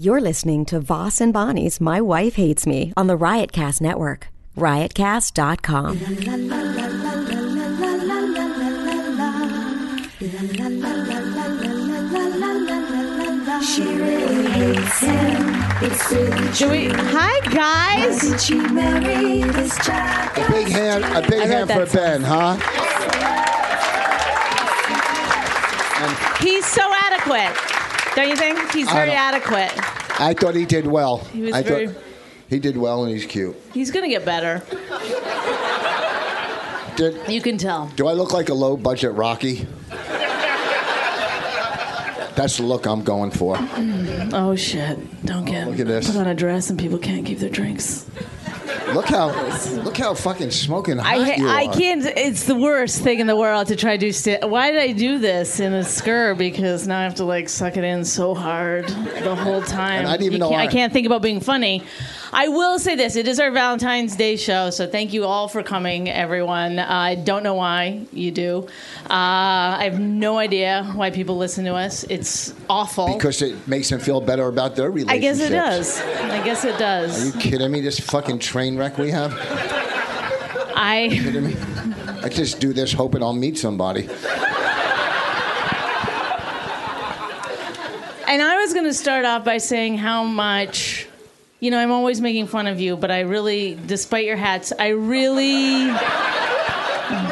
You're listening to Voss and Bonnie's My Wife Hates Me on the Riotcast Network. Riotcast.com. She really hates him. It's really Do we? Hi, guys. Did she marry this A child? big hand, a big hand for Ben, huh? He's so adequate. Don't you think? He's very don't- adequate. I thought he did well. He was I very- thought he did well, and he's cute. He's gonna get better. Did, You can tell. do I look like a low budget Rocky? That's the look I'm going for. Oh shit! Don't get look at this. put on a dress and people can't keep their drinks. Look how look how fucking smoking hot I you ha- I are. can't. It's the worst thing in the world to try to do. St- Why did I do this in a skirt? Because now I have to like suck it in so hard the whole time. And I didn't even You know can't- I- I can't think about being funny. I will say this: it is our Valentine's Day show, so thank you all for coming, everyone. Uh, I don't know why you do. Uh, I have no idea why people listen to us. It's awful. because it makes them feel better about their I relationship. guess it does. I guess it does. You kidding me? This fucking train wreck we have. I. Kidding me? I just do this hoping I'll meet somebody. And I was going to start off by saying how much, you know, I'm always making fun of you, but I really, despite your hats, I really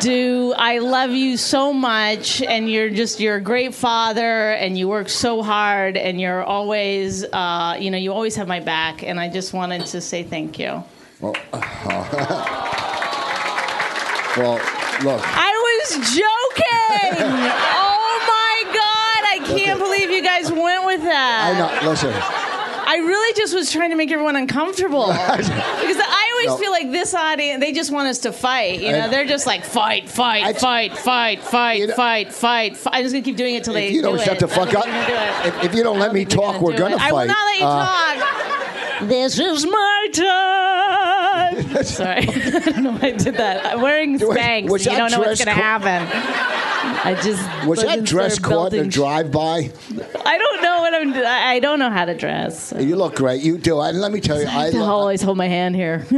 do. I love you so much, and you're just you're a great father, and you work so hard, and you're always, uh, you know, you always have my back, and I just wanted to say thank you. Well, uh, well look. I was joking. oh my god, I can't Okay. believe you guys went with that. I know. Listen, I really just was trying to make everyone uncomfortable because I always No. feel like this audience they just want us to fight. You I know, know. they're just like fight, fight, I- fight, fight, fight, You know- fight, fight, fight. I'm just gonna keep doing it till they if you don't do it. shut the I don't fuck up, think they're gonna do it. if, if you don't let me I don't think they're talk, we're do gonna it. fight. Uh, I will not let you talk. This is my time. Sorry, I don't know why I did that. I'm wearing Was- Spanx. was you that don't know what's dress gonna co- happen. I just was that wasn't dress there caught in a building- drive-by? I don't know what I'm. I don't know how to dress. You look great. You do. And let me tell you, I, They'll lo- always hold my hand here.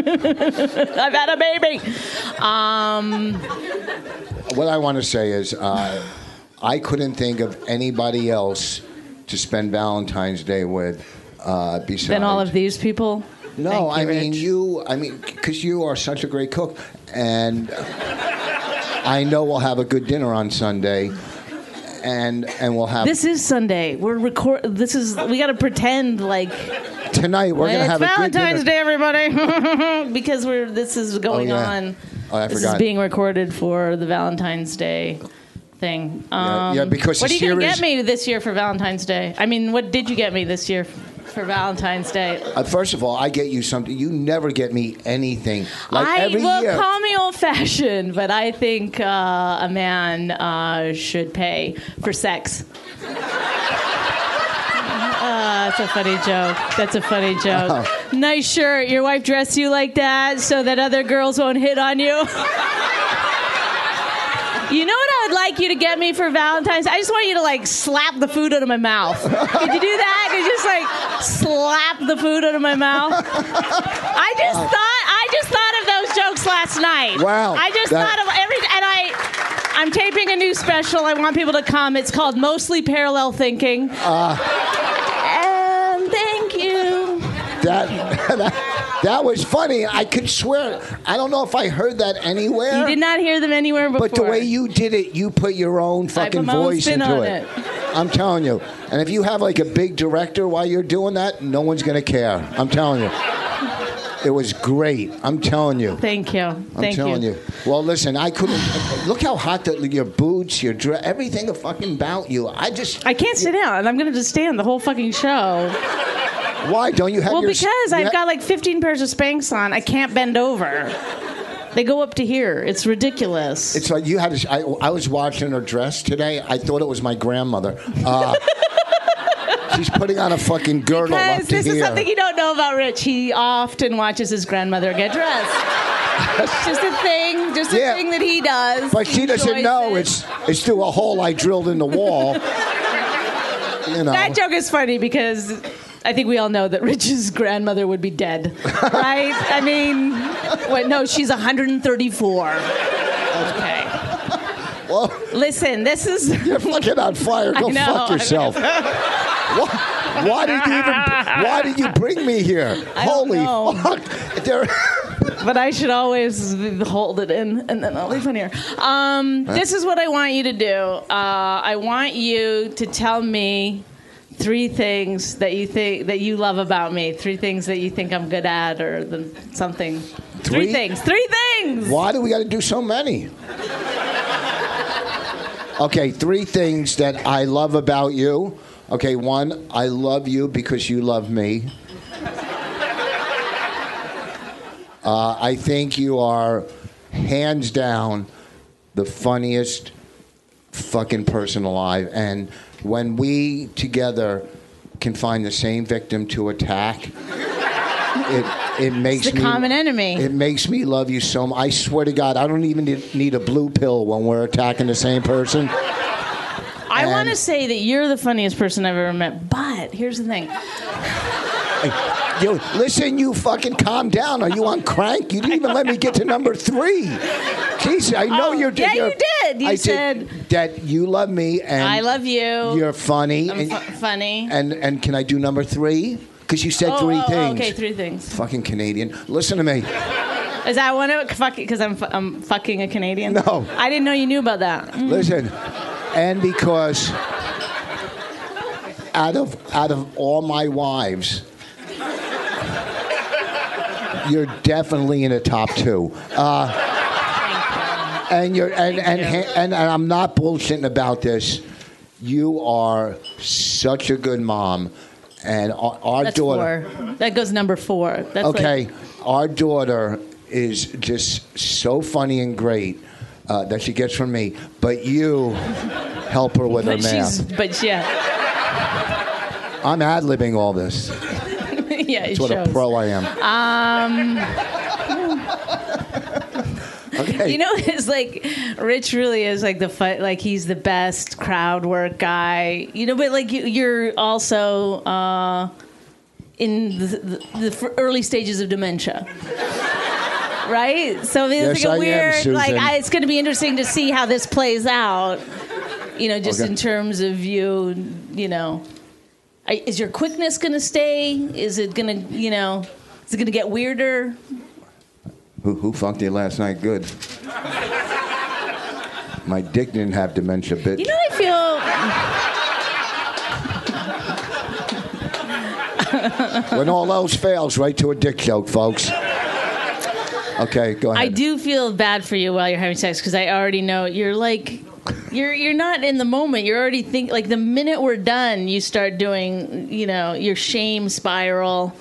I've had a baby. Um, what I want to say is, uh, I couldn't think of anybody else to spend Valentine's Day with. Uh, besides, then all of these people. no, I Thank you, Rich. mean you. I mean because you are such a great cook, and I know we'll have a good dinner on Sunday, and and we'll have This is Sunday. We're record. This is we got to pretend like tonight. We're gonna it's have Valentine's a good dinner. Day, everybody, because we're this is going yeah. on. Oh, I this forgot. is being recorded for the Valentine's Day thing. Yeah, Um, yeah, because what the are you gonna series- get me this year for Valentine's Day? I mean, what did you get me this year for Valentine's Day? Uh, first of all, I get you something. You never get me anything. Like I every will year. call me old fashioned, but I think uh, a man uh, should pay for sex. Uh, that's a funny joke. That's a funny joke. Oh. Nice shirt. Your wife dressed you like that so that other girls won't hit on you. You know what I would like you to get me for Valentine's? I just want you to like slap the food out of my mouth. Could you do that? Could you just like slap the food out of my mouth? I just thought I just thought of those jokes last night. Oh. Wow. I just That- thought of every and I I'm taping a new special. I want people to come. It's called Mostly Parallel Thinking. Uh. and thank you. That, that that was funny. I could swear. I don't know if I heard that anywhere. You did not hear them anywhere before. But the way you did it, you put your own fucking my own voice spin into on it. it. I'm telling you. And if you have like a big director while you're doing that, no one's gonna care. I'm telling you. It was great. I'm telling you. Thank you. I'm Thank telling you. Well, listen, I couldn't. Look how hot the, your boots, your dress, everything fucking about you. I just. I can't sit down, and I'm going to just stand the whole fucking show. Why don't you have Well, your? because you ha- I've got like 15 pairs of Spanx on, I can't bend over. They go up to here. It's ridiculous. It's like you had. A, I, I was watching her dress today. I thought it was my grandmother. Uh, she's putting on a fucking girdle up Because to this here. is something you don't know about Rich. He often watches his grandmother get dressed. It's just a thing, just a Yeah. thing that he does. but she doesn't Enjoys know it. it's it's through a hole I drilled in the wall. you know. That joke is funny because I think we all know that Rich's grandmother would be dead, right? I mean, wait, no, she's 134. Okay. Well, Listen, this is. you're fucking on fire. Go I know. fuck yourself. why, why did you even? Why did you bring me here? don't Holy know. fuck! There, but I should always hold it in, and then I'll leave on here. Um, this is what I want you to do. Uh, I want you to tell me three things that you think that you love about me. Three things that you think I'm good at, or the, something. Three? things. Three things. why do we got to do so many? Okay, three things that I love about you. Okay, one, I love you because you love me. Uh, I think you are hands down the funniest fucking person alive. And when we together can find the same victim to attack, it, it makes the me common enemy. It makes me love you so much. I swear to God, I don't even need- need a blue pill when we're attacking the same person. I want to and- say that you're the funniest person I've ever met, but here's the thing. Yo, listen, you fucking calm down. Are you on crank? You didn't even let me get to number three. Jeez, I know Oh, you're. yeah, you you're- did. You I said- that you love me and I love you. You're funny. I'm and, fu- funny. And and can I do number three? Because you said Oh, three oh, oh, things. Okay, three things. Fucking Canadian. Listen to me. Is that one of fuck? Because I'm fu- I'm fucking a Canadian. No. I didn't know you knew about that. Listen, and because out of out of all my wives, you're definitely in the top two. Uh, and you're and and, and and I'm not bullshitting about this. You are such a good mom, and our, our That's daughter. four. That goes number four. That's Okay, Like, our daughter is just so funny and great uh, that she gets from me, but you help her with her but she's, math. but yeah, I'm ad libbing all this. yeah, it That's what shows. a pro I am. Um. okay. You know, it's like Rich really is like the fu- like he's the best crowd work guy. You know, but like you, you're also uh, in the, the, the fr- early stages of dementia. Right, so it's Yes, like I a am, weird, like Susan. I, it's going to be interesting to see how this plays out. You know, just Okay. in terms of you, you know, I, is your quickness going to stay? Is it going to, you know, is it going to get weirder? who, who funked it last night? Good. My dick didn't have dementia, bitch. You know, I feel when all else fails, right to a dick joke, folks. Okay, go ahead. I do feel bad for you while you're having sex because I already know you're like, you're you're not in the moment. You're already think like the minute we're done, you start doing, you know, your shame spiral.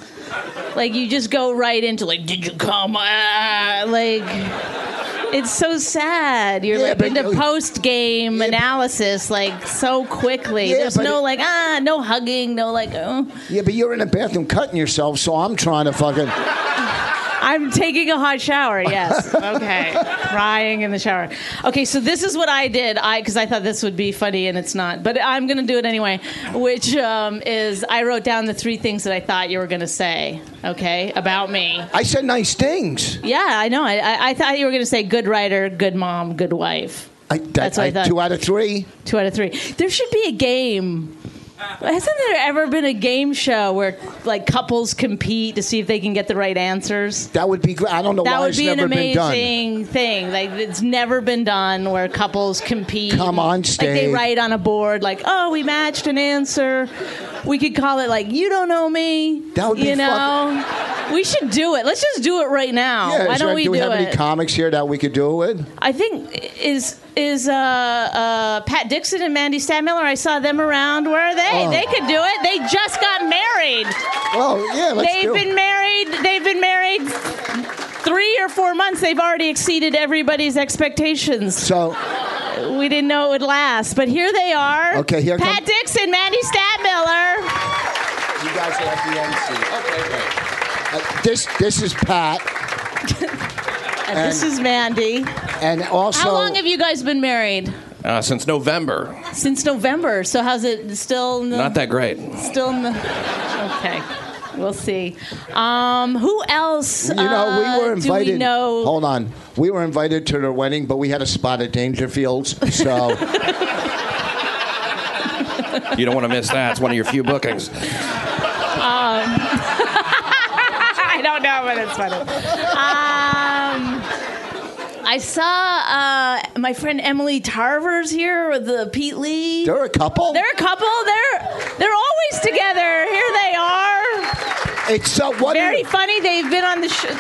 Like you just go right into like, did you come? Ah, like. It's so sad. You're Yeah, like but- into post game Yeah, but- analysis like so quickly. Yeah, There's but- no like ah, no hugging, no like oh. Yeah, but you're in the bathroom cutting yourself, so I'm trying to fucking. I'm taking a hot shower. Yes. Okay. Crying in the shower. Okay. So this is what I did. I because I thought this would be funny and it's not, but I'm gonna do it anyway. Which um, is I wrote down the three things that I thought you were gonna say. Okay, about me. I said nice things. Yeah, I know. I I, I thought you were gonna say good writer, good mom, good wife. I, that, That's what I I- thought. Two out of three. Two out of three. There should be a game. Hasn't there ever been a game show where like couples compete to see if they can get the right answers? That would be great. I don't know That why would it's be an never been done. amazing thing. Like it's never been done where couples compete. Come on Like they stage. write on a board like, "Oh, we matched an answer." We could call it like, "You don't know me." That would be you know. We should do it. Let's just do it right now. Yeah, Why is don't there- we do do, we have it? any comics here that we could do it? with? I think is is uh, uh, Pat Dixon and Mandy Stadmiller. I saw them around. Where are they? Oh. They could do it. They just got married. Well, yeah, let's they've do been it. married. They've been married three or four months. They've already exceeded everybody's expectations. So, We didn't know it would last, but here they are. Okay, here Pat come- Dixon, Mandy Statmiller. you guys are at the end seat. Okay, Uh, this this is Pat, And this And- is Mandy. and also How long have you guys been married? uh, since November. Since November. So how's it still? In the, Not that great. Still in the. Okay. We'll see. Um, who else? You know, uh, we were invited. Do we know? Hold on, we were invited to their wedding, but we had a spot at Dangerfields, so You don't want to miss that. It's one of your few bookings. I don't know, but it's funny. Um, I saw uh, my friend Emily Tarver's here with the Pete Lee. they're a couple. They're a couple. They're they're always together. Here they are. it's so what? Very Are, funny. They've been on the show.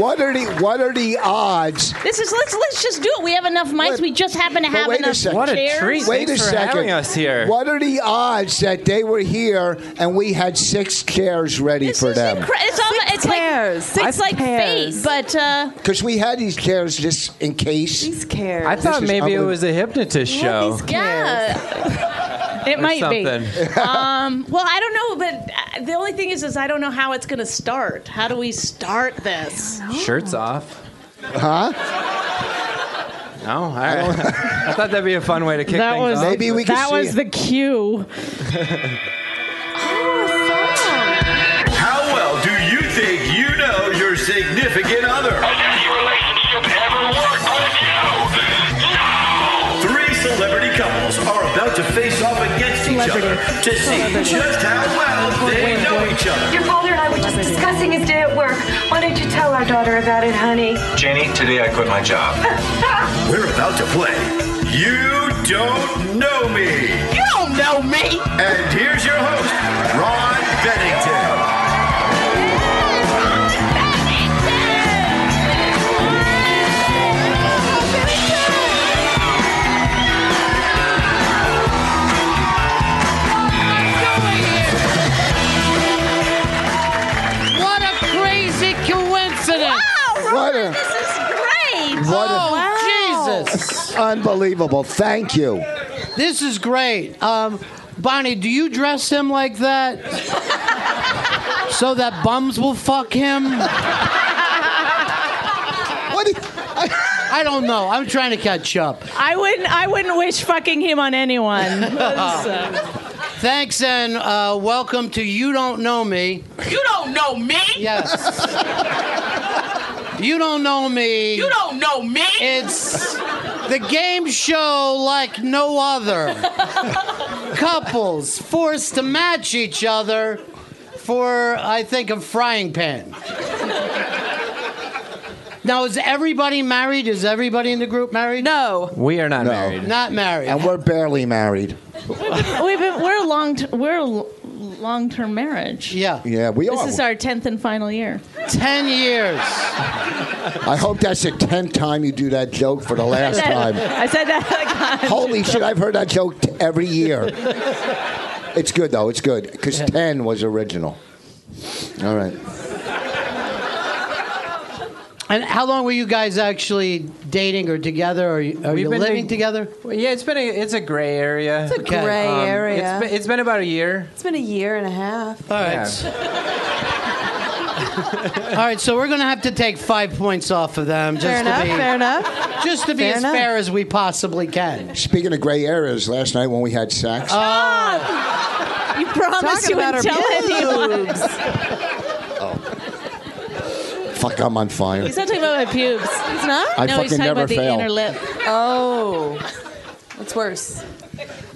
what are the what are the odds? This is let's let's just do it. We have enough mics. Wait, we just happen to but have wait a enough second. What a chairs. treat. Wait Thanks a for second. having us here. What are the odds that they were here and we had six chairs ready This for is them? incre- it's all, it's pairs. like Six it's like pairs. fate, but uh, Because we had these chairs just in case. These cares. I thought is maybe it unbelievable. was a hypnotist Oh. show. these yeah, it or might something. be. Um, well, I don't know, but uh, the only thing is, is I don't know how it's going to start. How do we start this? Shirts off. Huh? No, all right. I thought that'd be a fun way to kick things off. Maybe we could that see was the it. cue. How well do you think you know your significant other? Has any relationship ever worked with you? No! Three celebrity couples are about to face off against each other to see just how well they know each other. Your father and I were just discussing his day at work. Why don't you tell our daughter about it, honey? Jenny, today I quit my job. We're about to play You Don't Know Me. You don't know me! And here's your host, Ron Bennington. What a crazy coincidence! What Oh, a- This is great. What a- oh, Jesus! Unbelievable. Thank you. This is great. Um, Bonnie, do you dress him like that? so that bums will fuck him? What? do you- I don't know. I'm trying to catch up. I wouldn't. I wouldn't wish fucking him on anyone. So- Thanks and uh, welcome to You Don't Know Me. You don't know me. Yes. you Don't Know Me. You don't know me. It's the game show like no other. Couples forced to match each other for, I think, a frying pan. Now, is everybody married? Is everybody in the group married? No. we are not No. married. Not married. And we're barely married. We've been, we're long. T- we're long term marriage. yeah. Yeah, we This are. is our tenth and final year. 10 years. I hope that's the tenth time you do that joke for the last time. I said that like on- Holy shit! I've heard that joke t- every year. It's good though. It's good because ten was original. All right. And how long were you guys actually dating or together? Or are you, are We've you been living to- together? Well, yeah, it's been a it's a gray area. It's Okay. Gray area. It's been, it's been about a year. it's been a year and a half. All right. Yeah. All right, so we're going to have to take five points off of them just Fair to enough. be Fair enough. just to be Fair as enough. fair as we possibly can. Speaking of gray areas, last night when we had sex, Uh, You promised Talking you about wouldn't tell her anyone. boobs. fuck, I'm on fire. He's not talking about my pubes. He's not? I no, he's fucking talking never about fail. the inner lip. Oh. What's worse?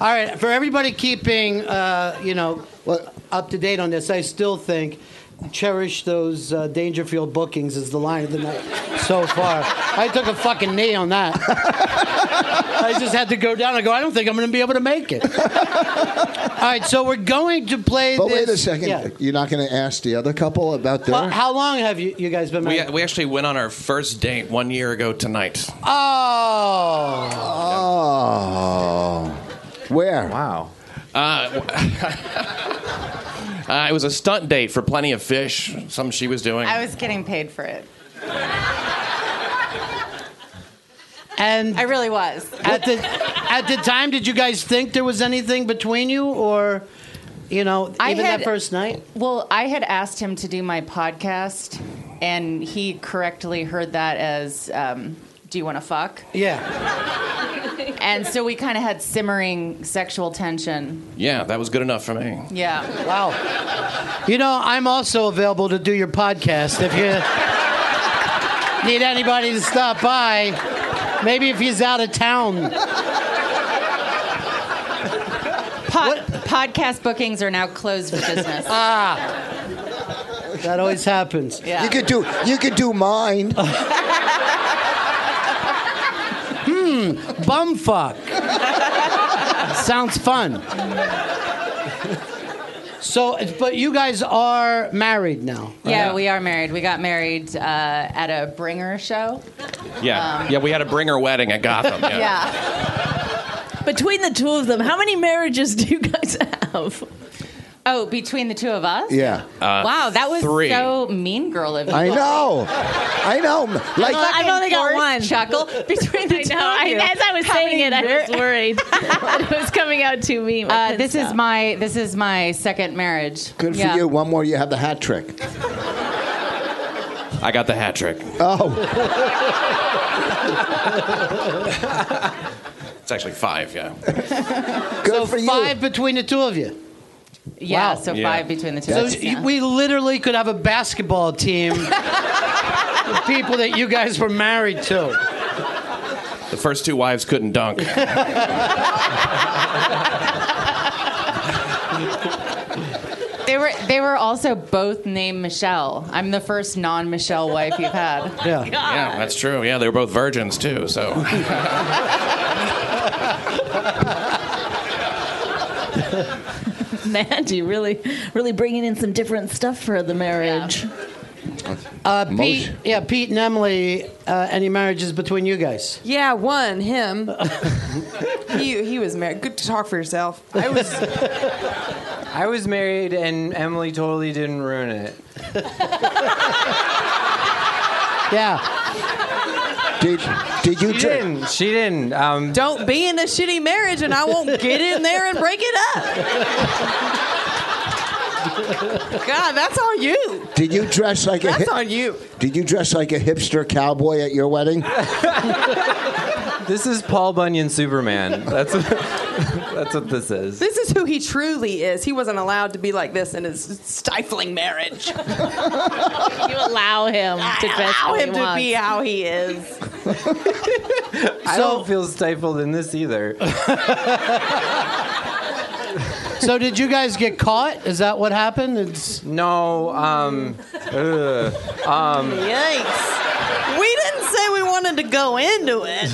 All right, for everybody keeping uh, you know What? up to date on this, I still think cherish those uh, Dangerfield bookings is the line of the night so far. I took a fucking knee on that. I just had to go down. I go. I don't think I'm going to be able to make it. All right, so we're going to play. But this. wait a second. Yeah. You're not going to ask the other couple about their. Well, how long have you you guys been We, married? we actually went on our first date one year ago tonight. oh. oh. Where? Wow. Uh, it was a stunt date for Plenty of Fish, something she was doing. I was getting paid for it. And I really was. at the at the time, did you guys think there was anything between you, or you know, I even had- that first night? Well, I had asked him to do my podcast, and he correctly heard that as, um, "Do you want to fuck?" Yeah. and so we kind of had simmering sexual tension. Yeah, that was good enough for me. Yeah. Wow. You know, I'm also available to do your podcast if you need anybody to stop by. Maybe if he's out of town. Pod- podcast bookings are now closed for business. ah. That always happens. Yeah. Uh. You could do you could do mine. Hmm, bumfuck. Sounds fun. So, but you guys are married now. Yeah, we are married. We got married uh, at a bringer show. Yeah, Um, yeah. We had a bringer wedding at Gotham. Yeah. Between the two of them, how many marriages do you guys have? Oh, between the two of us? Yeah. Uh, wow, that was three. so mean girl of you. I know. I know. Like I've only got one chuckle between the I two. know. I, of you. as I was How saying many it, I was mar- worried that it was coming out to me. but I Uh, couldn't this is stop. my this is my second marriage. Good for Yeah. you. One more, you have the hat trick. I got the hat trick. Oh, It's actually five. Yeah. good for you. Five between the two of you. Yeah, Wow. so Yeah. five between the two. So of us, you- yeah. we literally could have a basketball team. with people that you guys were married to. The first two wives couldn't dunk. they were they were also both named Michelle. I'm the first non-Michelle wife you've had. Yeah. Yeah, that's true. Yeah, they were both virgins too. So Mandy really, really bringing in some different stuff for the marriage. Uh, Pete, Motion. yeah, Pete and Emily. Uh, any marriages between you guys? Yeah, one him. he he was married. Good to talk for yourself. I was. I was married, and Emily totally didn't ruin it. Yeah. Did did you She drink? didn't. She didn't. Um, Don't be in a shitty marriage, and I won't get in there and break it up. God, that's on you. Did you dress like a? That's hip- on you. Did you dress like a hipster cowboy at your wedding? this is Paul Bunyan Superman. That's what, that's what this is. This is who he truly is. He wasn't allowed to be like this in his stifling marriage. You allow him to dress Allow how he him to wants. be how he is. I don't feel stifled in this either. So did you guys get caught? Is that what happened? It's No. Um, ugh. Yikes. We didn't say we wanted to go into it.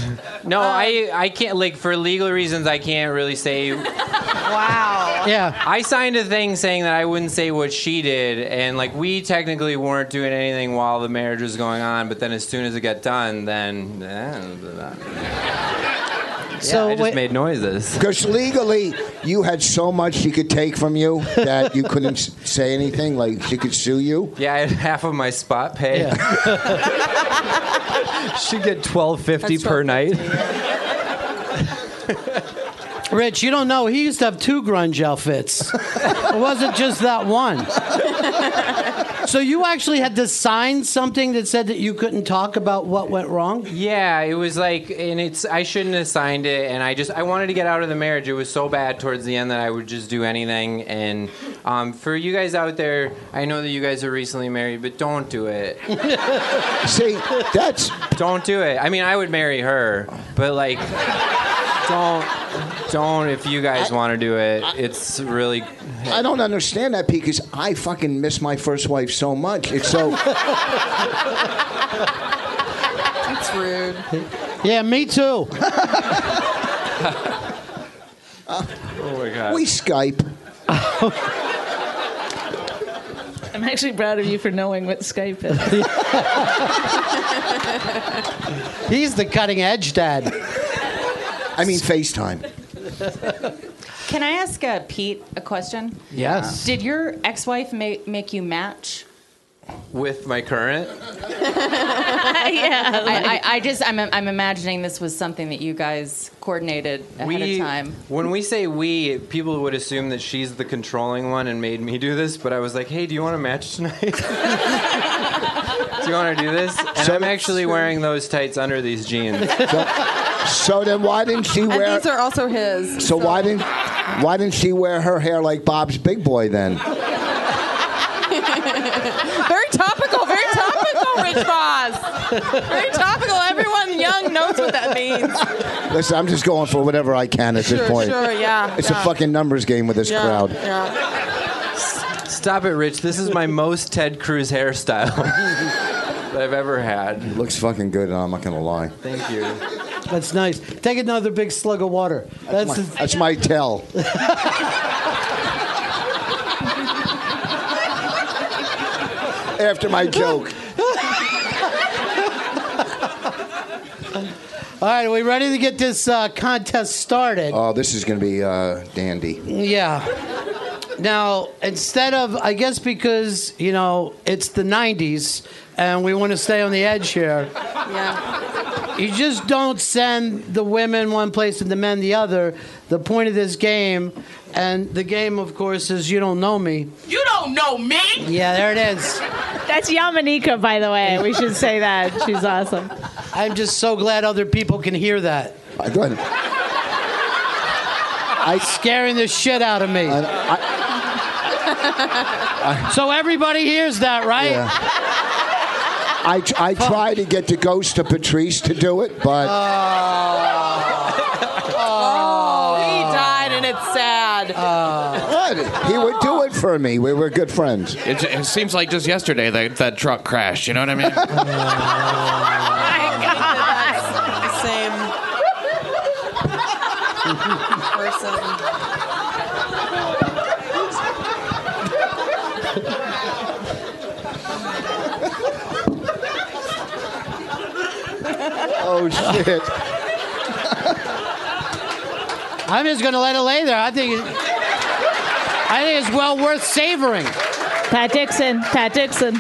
no, I I can't like for legal reasons I can't really say. Wow. yeah. I signed a thing saying that I wouldn't say what she did, and like we technically weren't doing anything while the marriage was going on. But then as soon as it got done, then yeah, So I just wait- made noises. Because legally, you had so much she could take from you that you couldn't s- say anything. Like she could sue you. Yeah, I had half of my spot pay. Yeah. she get twelve fifty That's per night. Rich, you don't know. He used to have two grunge outfits. it wasn't just that one. So you actually had to sign something that said that you couldn't talk about what went wrong. Yeah, it was like, and it's I shouldn't have signed it, and I just I wanted to get out of the marriage. It was so bad towards the end that I would just do anything. And um, for you guys out there, I know that you guys are recently married, but don't do it. See, that's don't do it. I mean, I would marry her, but like, don't, don't. If you guys want to do it, it's really. I don't understand that because I fucking miss my first wife so much. It's so That's rude. Yeah, me too. Oh my god. we Skype. I'm actually proud of you for knowing what Skype is. He's the cutting edge dad. I mean FaceTime. Can I ask uh, Pete a question? Yes. Did your ex-wife make make you match? With my current. yeah. I, I, I just I'm I'm imagining this was something that you guys coordinated ahead of time. When we say we, people would assume that she's the controlling one and made me do this, but I was like, hey, do you want to match tonight? do you want to do this? And I'm actually wearing those tights under these jeans. So then why didn't she And wear? these are also his. so why didn't why didn't she wear her hair like Bob's Big Boy then? very topical, very topical, Rich Boss. Very topical. Everyone young knows what that means. Listen, I'm just going for whatever I can at Sure, this point. sure, yeah, It's yeah. a fucking numbers game with this Yeah, crowd. yeah. Stop it, Rich. This is my most Ted Cruz hairstyle that I've ever had. It looks fucking good, and I'm not gonna lie. Thank you. That's nice. Take another big slug of water. That's my- that's my tell. After my joke. All right, are we ready to get this uh, contest started? Oh, this is gonna be uh, dandy. Yeah. Now, instead of, I guess because, you know, it's the 90s and we want to stay on the edge here, you just don't send the women one place and the men the other. The point of this game, and the game, of course, is you don't know me. You don't know me. Yeah, there it is. That's Yamanika, by the way. We should say that. She's awesome. I'm just so glad other people can hear that. I don't. I scaring the shit out of me. so everybody hears that, right? I, tr- I try to get the ghost of Patrice to do it, but Oh, he died, and it's sad. Uh. What? he would do it for me. We were good friends. It, it seems like just yesterday that that truck crashed. You know what I mean? Same person. Oh shit! I'm just gonna let it lay there. I think, it, I think it's well worth savoring. Pat Dixon. Pat Dixon.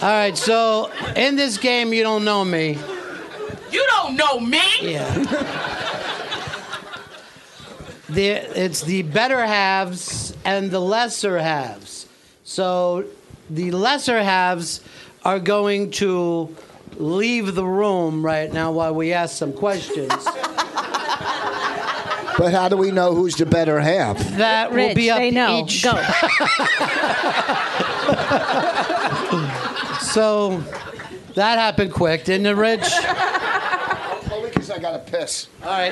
All right, so in this game, you don't know me. You don't know me. Yeah. The, it's the better halves and the lesser halves. So the lesser halves are going to leave the room right now while we ask some questions. But how do we know who's the better half? That will Rich, be up they to know. each. Go. So that happened quick, didn't it, Rich? Only because I gotta piss. All right.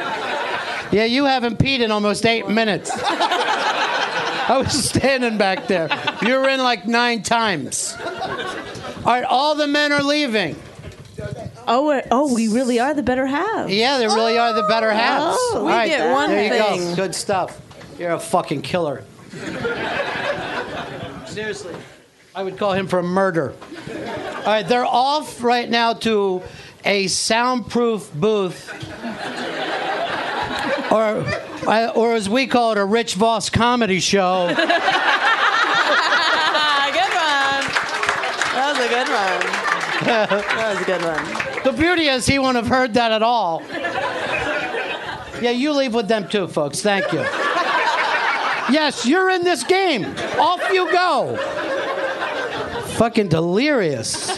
Yeah, you haven't peed in almost eight minutes. I was standing back there. You're in like nine times. All right, all the men are leaving. Oh, we're- oh, we really are the better half. Yeah, they really are the better halves. Oh, All we right, get one there you thing. go. Good stuff. You're a fucking killer. Seriously. I would call him for murder. All right, they're off right now to a soundproof booth, or, or as we call it, a Rich Voss comedy show. good one. That was a good one. That was a good one. The beauty is he wouldn't have heard that at all. Yeah, you leave with them too, folks. Thank you. Yes, you're in this game. Off you go. Fucking delirious.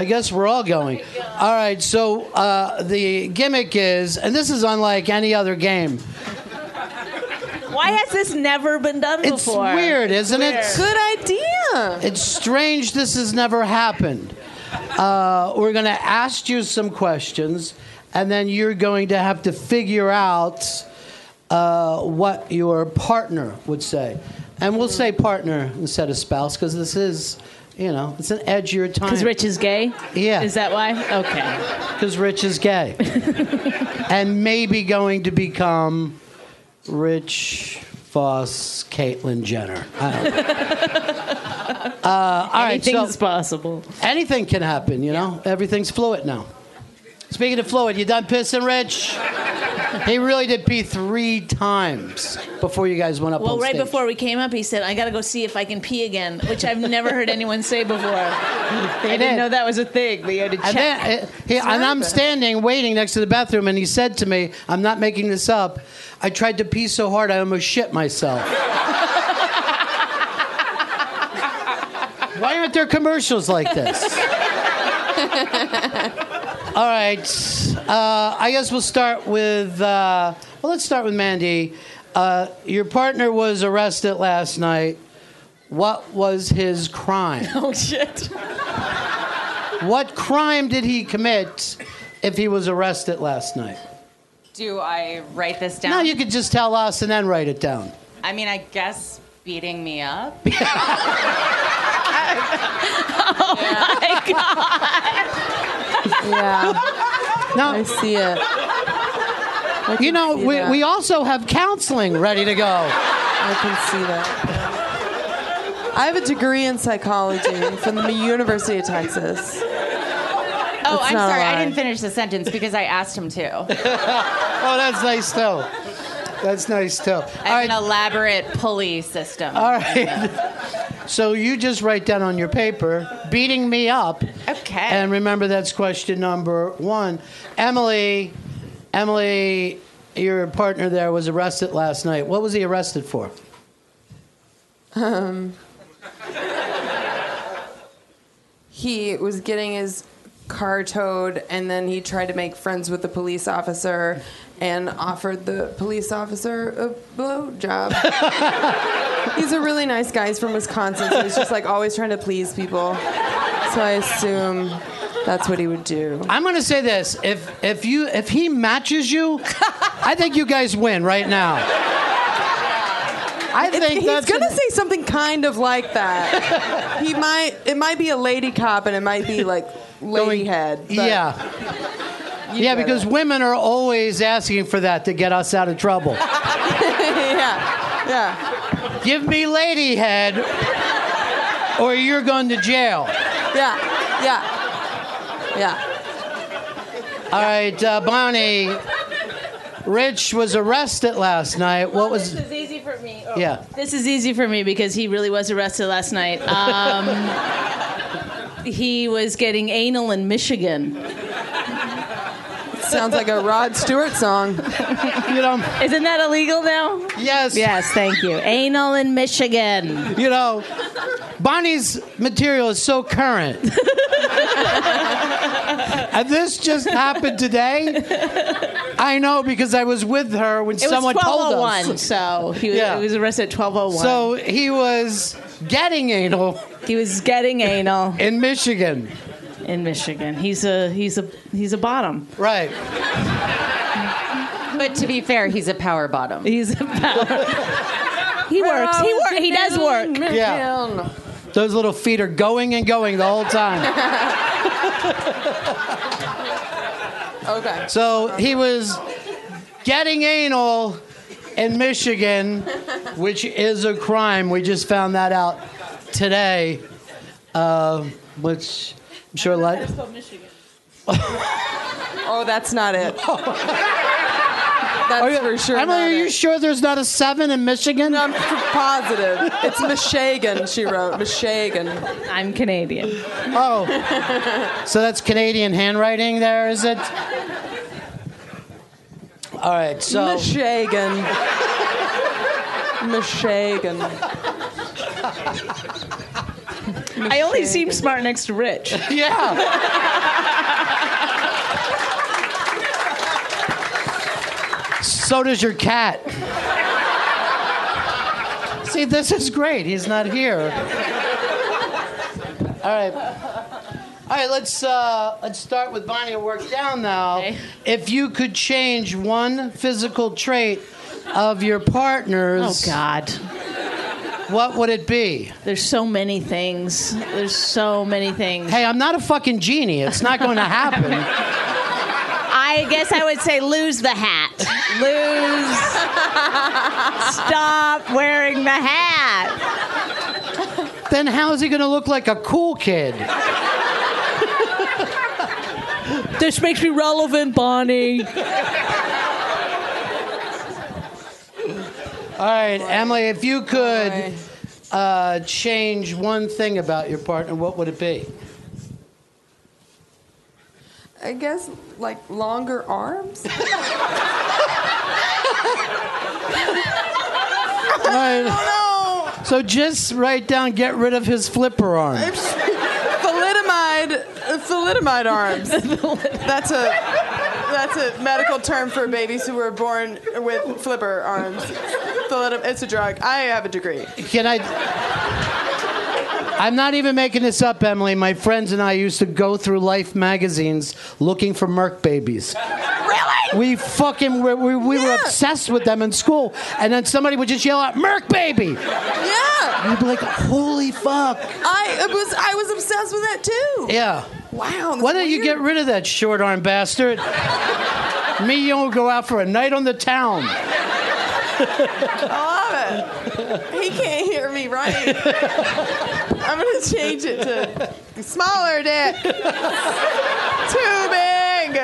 I guess we're all going. All right, so uh, the gimmick is, and this is unlike any other game. Why has this never been done It's before? weird, isn't it? Good idea. It's strange this has never happened. Uh, we're going to ask you some questions, and then you're going to have to figure out uh, what your partner would say. And we'll say partner instead of spouse because this is, you know, it's an edgier time. Because Rich is gay? Yeah. Is that why? Okay. Because Rich is gay. and maybe going to become Rich Foss Caitlyn Jenner. I don't know. uh, all right, so- Anything's possible. anything can happen, you know? Everything's fluid now. Speaking of fluid, you done pissing, Rich? he really did pee three times before you guys went up Well, on right stage. before we came up, he said, "I got to go see if I can pee again," which I've never heard anyone say before. I did. didn't know that was a thing. They had to check. And, then, uh, he, and I'm standing waiting next to the bathroom, and he said to me, I'm not making this up, I tried to pee so hard I almost shit myself. Why aren't there commercials like this? All right. Uh, I guess we'll start with. Uh, well, let's start with Mandy. Uh, your partner was arrested last night. What was his crime? Oh shit. What crime did he commit if he was arrested last night? Do I write this down? Now you could just tell us and then write it down. I mean, I guess beating me up. Oh my god. yeah. No. I see it. you know, see we, that. we also have counseling ready to go. I can see that. I have a degree in psychology from the University of Texas. Oh, It's I'm not a sorry. lie. I didn't finish the sentence because I asked him to. oh, that's nice too. That's nice too. I have an elaborate pulley system. All right. So you just write down on your paper, beating me up. Okay. And remember that's question number one. Emily, Emily, your partner there was arrested last night. What was he arrested for? Um, he was getting his car towed, and then he tried to make friends with the police officer and offered the police officer a blow job. he's a really nice guy. He's from Wisconsin, so he's just like always trying to please people. So I assume that's what he would do. I'm gonna say this: if if you if he matches you, I think you guys win right now. I If- think he's that's gonna say something kind of like that. he might. It might be a lady cop, and it might be like lady head. but- yeah. You Yeah, get because it. women are always asking for that to get us out of trouble. yeah, yeah, Give me lady head, or you're going to jail. yeah, yeah, yeah. All right, uh, Bonnie. Rich was arrested last night. What was? This is easy for me. Oh. Yeah. This is easy for me because he really was arrested last night. Um, he was getting anal in Michigan. Sounds like a Rod Stewart song. You know, Isn't that illegal now? Yes. Yes, thank you. Anal in Michigan. You know, Bonnie's material is so current. and this just happened today. I know because I was with her when It someone was told 1201, us. so he was, Yeah. he was arrested at 1201. So he was getting anal. He was getting anal in Michigan. In Michigan, he's a he's a he's a bottom. Right. But to be fair, he's a power bottom. He's a power. He works. He works. He does work. Yeah. Those little feet are going and going the whole time. Okay. So he was getting anal in Michigan, which is a crime. We just found that out today, uh, which I'm sure like. Oh, that's not it. That's for sure. Emily, not are it. you sure there's not a seven in Michigan? I'm positive. It's Michigan, she wrote. Michigan. I'm Canadian. Oh. So that's Canadian handwriting there, is it? All right, so. Michigan. Michigan. I only seem smart next to Rich. Yeah. So does your cat. See, this is great. He's not here. All right. All right, let's uh, let's start with Bonnie and work down now. If you could change one physical trait of your partner's, Oh, God, what would it be? There's so many things. There's so many things. Hey, I'm not a fucking genie. It's not going to happen. I guess I would say lose the hat. Lose. Stop wearing the hat. then how is he going to look like a cool kid? This makes me relevant, Bonnie. All right, Emily, if you could uh, change one thing about your partner, what would it be? I guess like longer arms. All right. So just write down, get rid of his flipper arm. Thalidomide thalidomide arms. That's a that's a medical term for babies who were born with flipper arms. Thalidomide. It's a drug. I have a degree. Can I? I'm not even making this up, Emily. My friends and I used to go through Life magazines looking for Merc babies. Really? We fucking we, we, we were obsessed with them in school, and then somebody would just yell out "Merc baby." Yeah. You'd be like, "Holy fuck!" I it was I was obsessed with that too. Yeah. Wow. Why don't you get rid of that short arm bastard? Me, and you will go out for a night on the town. I love it. He can't hear me right. I'm gonna change it to smaller dick. Too big.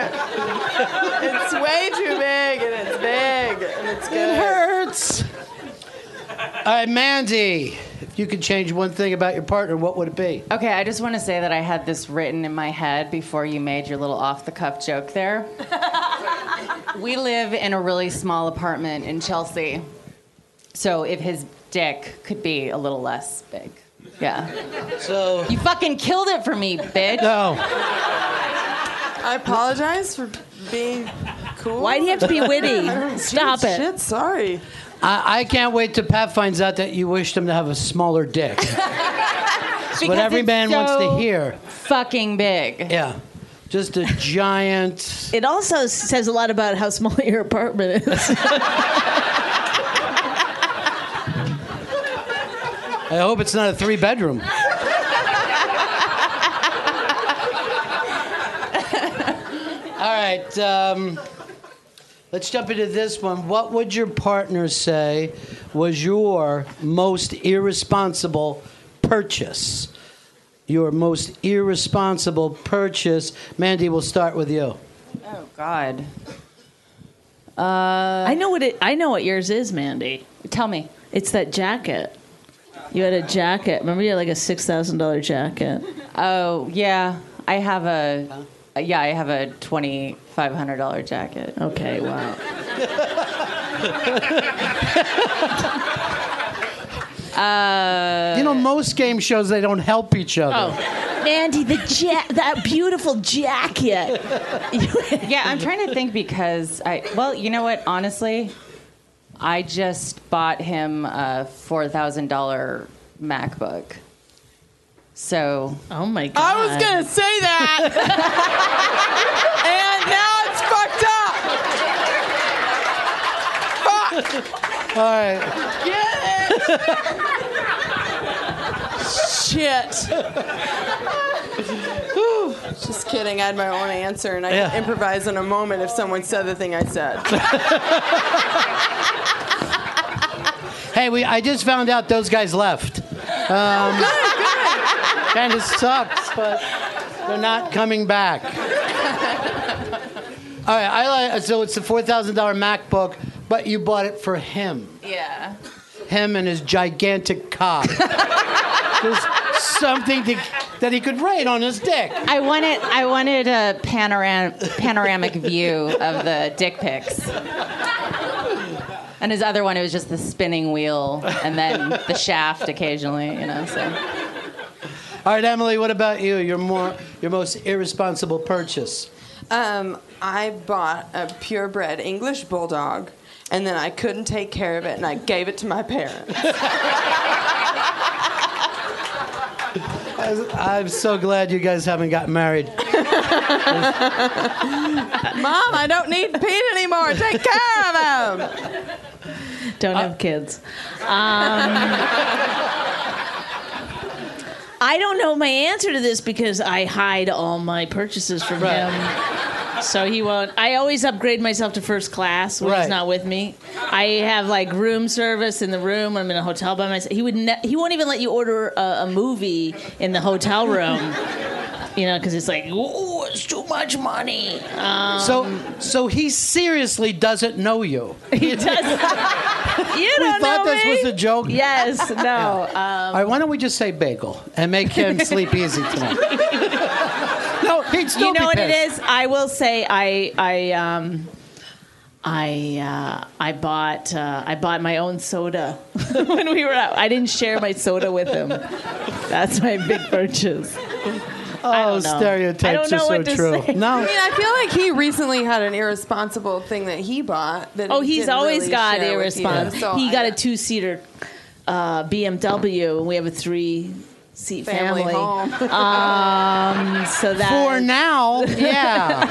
It's way too big and it's big and it's good. It hurts. All right, Mandy, if you could change one thing about your partner, what would it be? Okay, I just want to say that I had this written in my head before you made your little off the cuff joke there. we live in a really small apartment in Chelsea. So if his dick could be a little less big. Yeah. So you fucking killed it for me, bitch. No. I apologize for being cool. Why do you have to be witty? Stop Jeez, it. Shit, sorry. I, I can't wait till Pat finds out that you wished him to have a smaller dick. It's what Because every it's man wants so to hear. Fucking big. Yeah. Just a giant. It also says a lot about how small your apartment is. I hope it's not a three bedroom. All right. Um, let's jump into this one. What would your partner say was your most irresponsible purchase? Your most irresponsible purchase. Mandy, we'll start with you. Oh God. Uh, I know what it. I know what yours is, Mandy. Tell me. It's that jacket. You had a jacket. Remember, you had like a six thousand dollar jacket. Oh yeah, I have a uh, yeah, I have a twenty five hundred dollar jacket. Okay, wow. Uh, you know, most game shows, they don't help each other. Mandy, the ja- that beautiful jacket. yeah, I'm trying to think because I well, you know what? Honestly, I just bought him a four thousand dollar MacBook. So oh my god, I was gonna say that, and now it's fucked up. Fuck. All right. Shit. Just kidding. I had my own answer, and I Yeah. could improvise in a moment if someone said the thing I said. Hey, we, I just found out those guys left. Um, kind of sucks, but they're not coming back. All right, I like, so it's a four thousand dollar MacBook, but you bought it for him, yeah. him and his gigantic cock. Just something to, that he could write on his dick. I wanted I wanted a panoram- panoramic view of the dick pics. And his other one, it was just the spinning wheel and then the shaft occasionally, you know. So All right, Emily, what about you? Your more, your most irresponsible purchase. Um, I bought a purebred English bulldog, and then I couldn't take care of it, and I gave it to my parents. I'm so glad you guys haven't gotten married. Mom, I don't need Pete anymore. Take care of him. Don't have kids. Um, I don't know my answer to this because I hide all my purchases from him. So he won't. I always upgrade myself to first class when Right. he's not with me. I have like room service in the room. I'm in a hotel by myself. He would. Ne- he won't even let you order a, a movie in the hotel room. you know, because it's like, ooh, it's too much money. Um, So, so he seriously doesn't know you. he does. you don't thought know this me? was a joke. Yes. No. Um, All right, why don't we just say bagel and make him sleep easy tonight? no, he'd still you know be what it pissed. is i will say i i um I uh, I bought uh, I bought my own soda when we were out. I didn't share my soda with him. That's my big purchase. I Oh, don't know. stereotypes I don't know are so what to true. say. No. I mean, I feel like he recently had an irresponsible thing that he bought. That Oh, he he's didn't always really got share with you. irresponsible. So he I- got a two seater uh, BMW, and we have a three seat Family family. home. um, so that For now, yeah.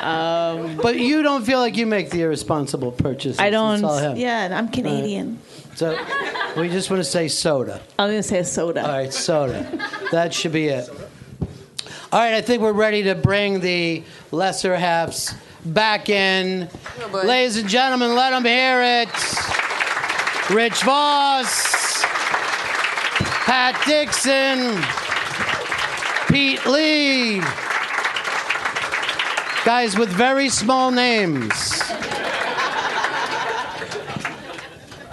um, but you don't feel like you make the irresponsible purchases. I don't. It's all him. Yeah, and I'm Canadian. So we just want to say soda. I'm gonna say soda. All right, soda. That should be it. All right, I think we're ready to bring the lesser halves back in. Ladies and gentlemen, let them hear it. Rich Voss, Pat Dixon, Pete Lee. Guys with very small names.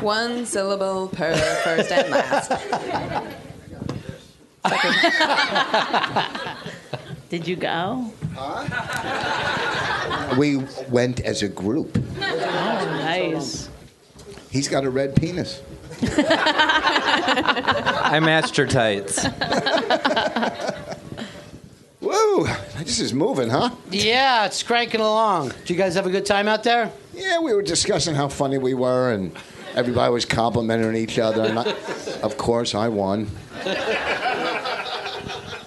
One syllable per first and last. Did you go? We went as a group. Oh, nice. He's got a red penis. I matched her tights. Whoa, this is moving, huh? Yeah, it's cranking along. Did you guys have a good time out there? Yeah, we were discussing how funny we were, and everybody was complimenting each other. And I, of course, I won.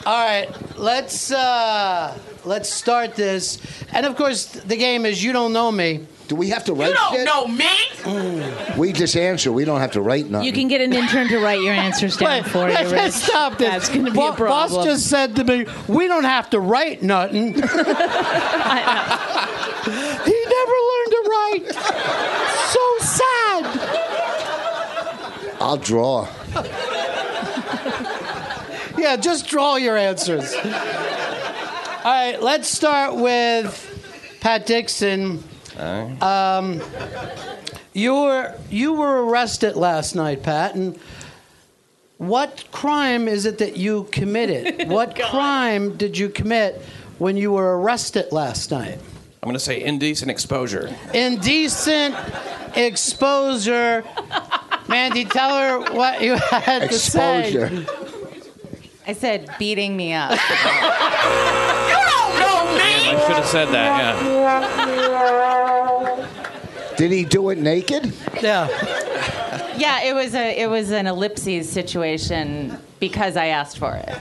All right, let's uh, let's start this. And of course, the game is you don't know me. Do we have to write You don't shit? know me. We just answer. We don't have to write nothing. You can get an intern to write your answers down for you. Rich. Let's stop this. That's gonna be Bo- a problem. Boss just said to me, "We don't have to write nothing." he never learned to write. So sad. I'll draw. Yeah, just draw your answers. All right, let's start with Pat Dixon. Um, you were you were arrested last night, Pat. And what crime is it that you committed? What crime did you commit when you were arrested last night? I'm going to say indecent exposure. Indecent exposure. Mandy, tell her what you had to say. Exposure. I said beating me up. I should have said that, yeah. Did he do it naked? Yeah. yeah, it was a it was an ellipses situation because I asked for it.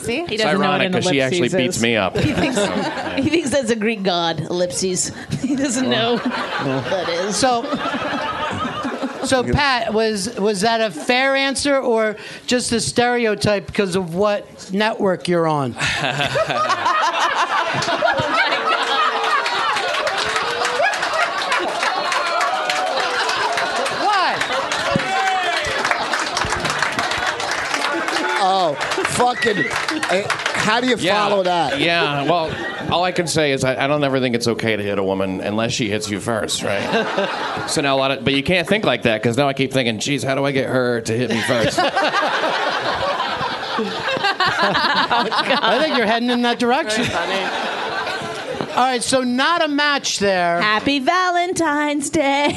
See? He It's doesn't know what ironic an because she actually ellipses beats is. me up. He thinks, he thinks that's a Greek god, ellipses. He doesn't know what that is. So, so Pat, was was that a fair answer or just a stereotype because of what network you're on? What? Oh, fucking. eh, How do you follow that? Yeah, well, all I can say is I, I don't ever think it's okay to hit a woman unless she hits you first, right? so now a lot of, but you can't think like that because now I keep thinking, geez, how do I get her to hit me first? I think you're heading in that direction. All right, so not a match there. Happy Valentine's Day.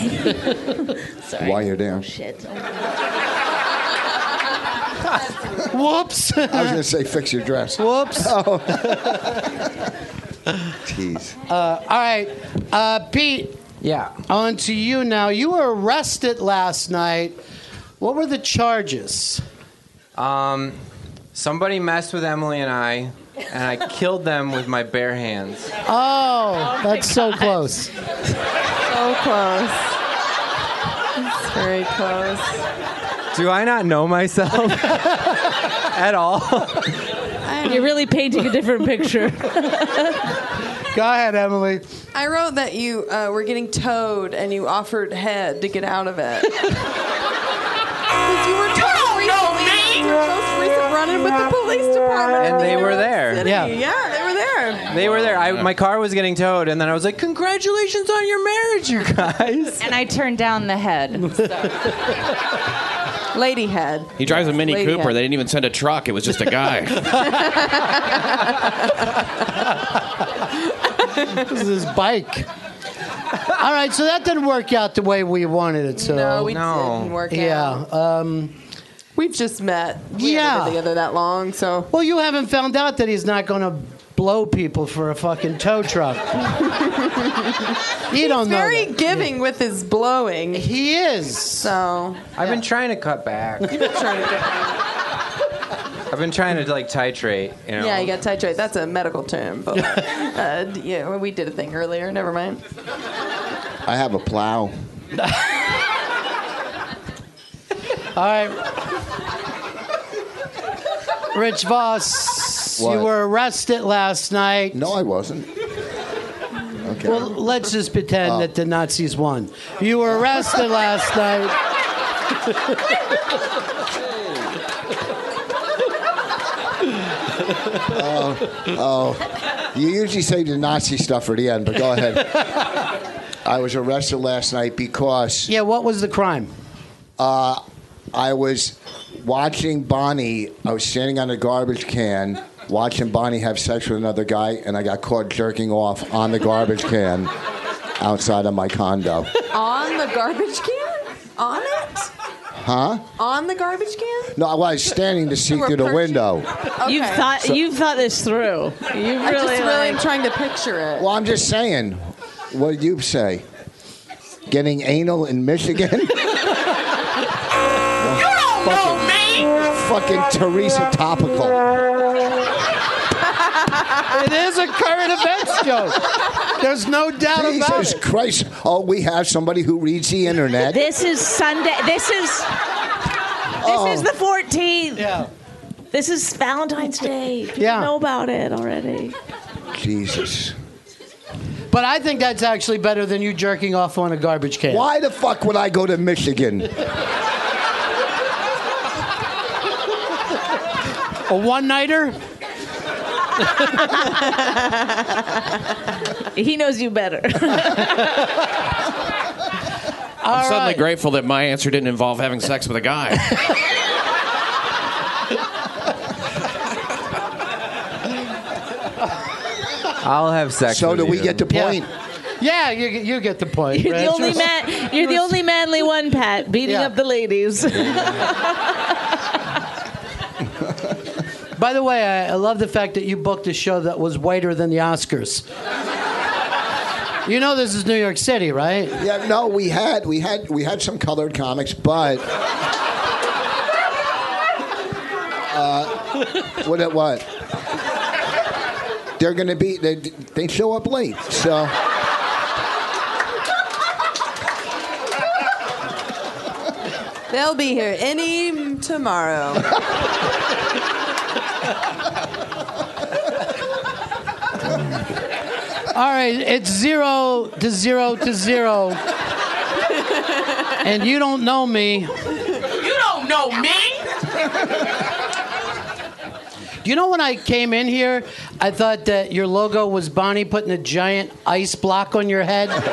While you're Oh, down. Shit. Whoops. I was going to say, fix your dress. Whoops. Jeez. All right, uh, Pete, Yeah. on to you now. You were arrested last night. What were the charges? Um, somebody messed with Emily and I, and I killed them with my bare hands. Oh, that's so close. so close. It's very close. Do I not know myself at all? You're really painting a different picture. Go ahead, Emily. I wrote that you uh, were getting towed and you offered head to get out of it. 'Cause you were told recently- you were most recent running with the police department. And in they New were York there. City. Yeah. yeah, they were there. They were there. I, my car was getting towed, and then I was like, "Congratulations on your marriage, you guys." And I turned down the Oh. head. so. Lady head. He drives a Mini Lady Cooper. Hawk. They didn't even send a truck. It was just a guy. This is his bike. All right, so that didn't work out the way we wanted it to. No, we No. didn't work yeah. out. Um, We've just met. We Yeah. haven't been together that long, so Well, you haven't found out that he's not going to blow people for a fucking tow truck. you don't know. very that. giving with his blowing. He is. So I've been trying to cut back. I've been trying to like titrate. You know. Yeah, you got titrate. That's a medical term. But, uh, d- yeah, well, we did a thing earlier. Never mind. I have a plow. All right. Rich Voss, What? you were arrested last night. No, I wasn't. Okay. Well, let's just pretend Oh. that the Nazis won. You were arrested last night. You usually save the Nazi stuff for the end, but go ahead. I was arrested last night because Yeah, what was the crime? I was watching Bonnie. I was standing on a garbage can watching Bonnie have sex with another guy, and I got caught jerking off on the garbage can outside of my condo. On the garbage can? On it? Huh? On the garbage can? No, I was standing to see You were through the perching- window. Okay. You've thought you've thought this through. You've really, I just really am like- trying to picture it. Well, I'm just saying. What did you say? Getting anal in Michigan? You don't know me. Fucking Teresa Topical. It is a current events joke. There's no doubt about Jesus it. Christ. Oh, we have somebody who reads the internet. This is Sunday. This is this is the 14th. Yeah. This is Valentine's Day. People Yeah. know about it already. Jesus. But I think that's actually better than you jerking off on a garbage can. Why the fuck would I go to Michigan? A one nighter? He knows you better. I'm suddenly right. grateful that my answer didn't involve having sex with a guy. I'll have sex. So with do we you. get the point? Yeah, you, you get the point. You're the Rich. only man. You're the only manly one, Pat, beating Yeah. up the ladies. By the way, I, I love the fact that you booked a show that was whiter than the Oscars. you know this is New York City, right? Yeah, no, we had we had we had some colored comics, but uh, uh, what it- what? They're gonna be they they show up late, so. They'll be here any m- tomorrow. All right, it's zero to zero to zero. and you don't know me. You don't know me. You know when I came in here, I thought that your logo was Bonnie putting a giant ice block on your head. Does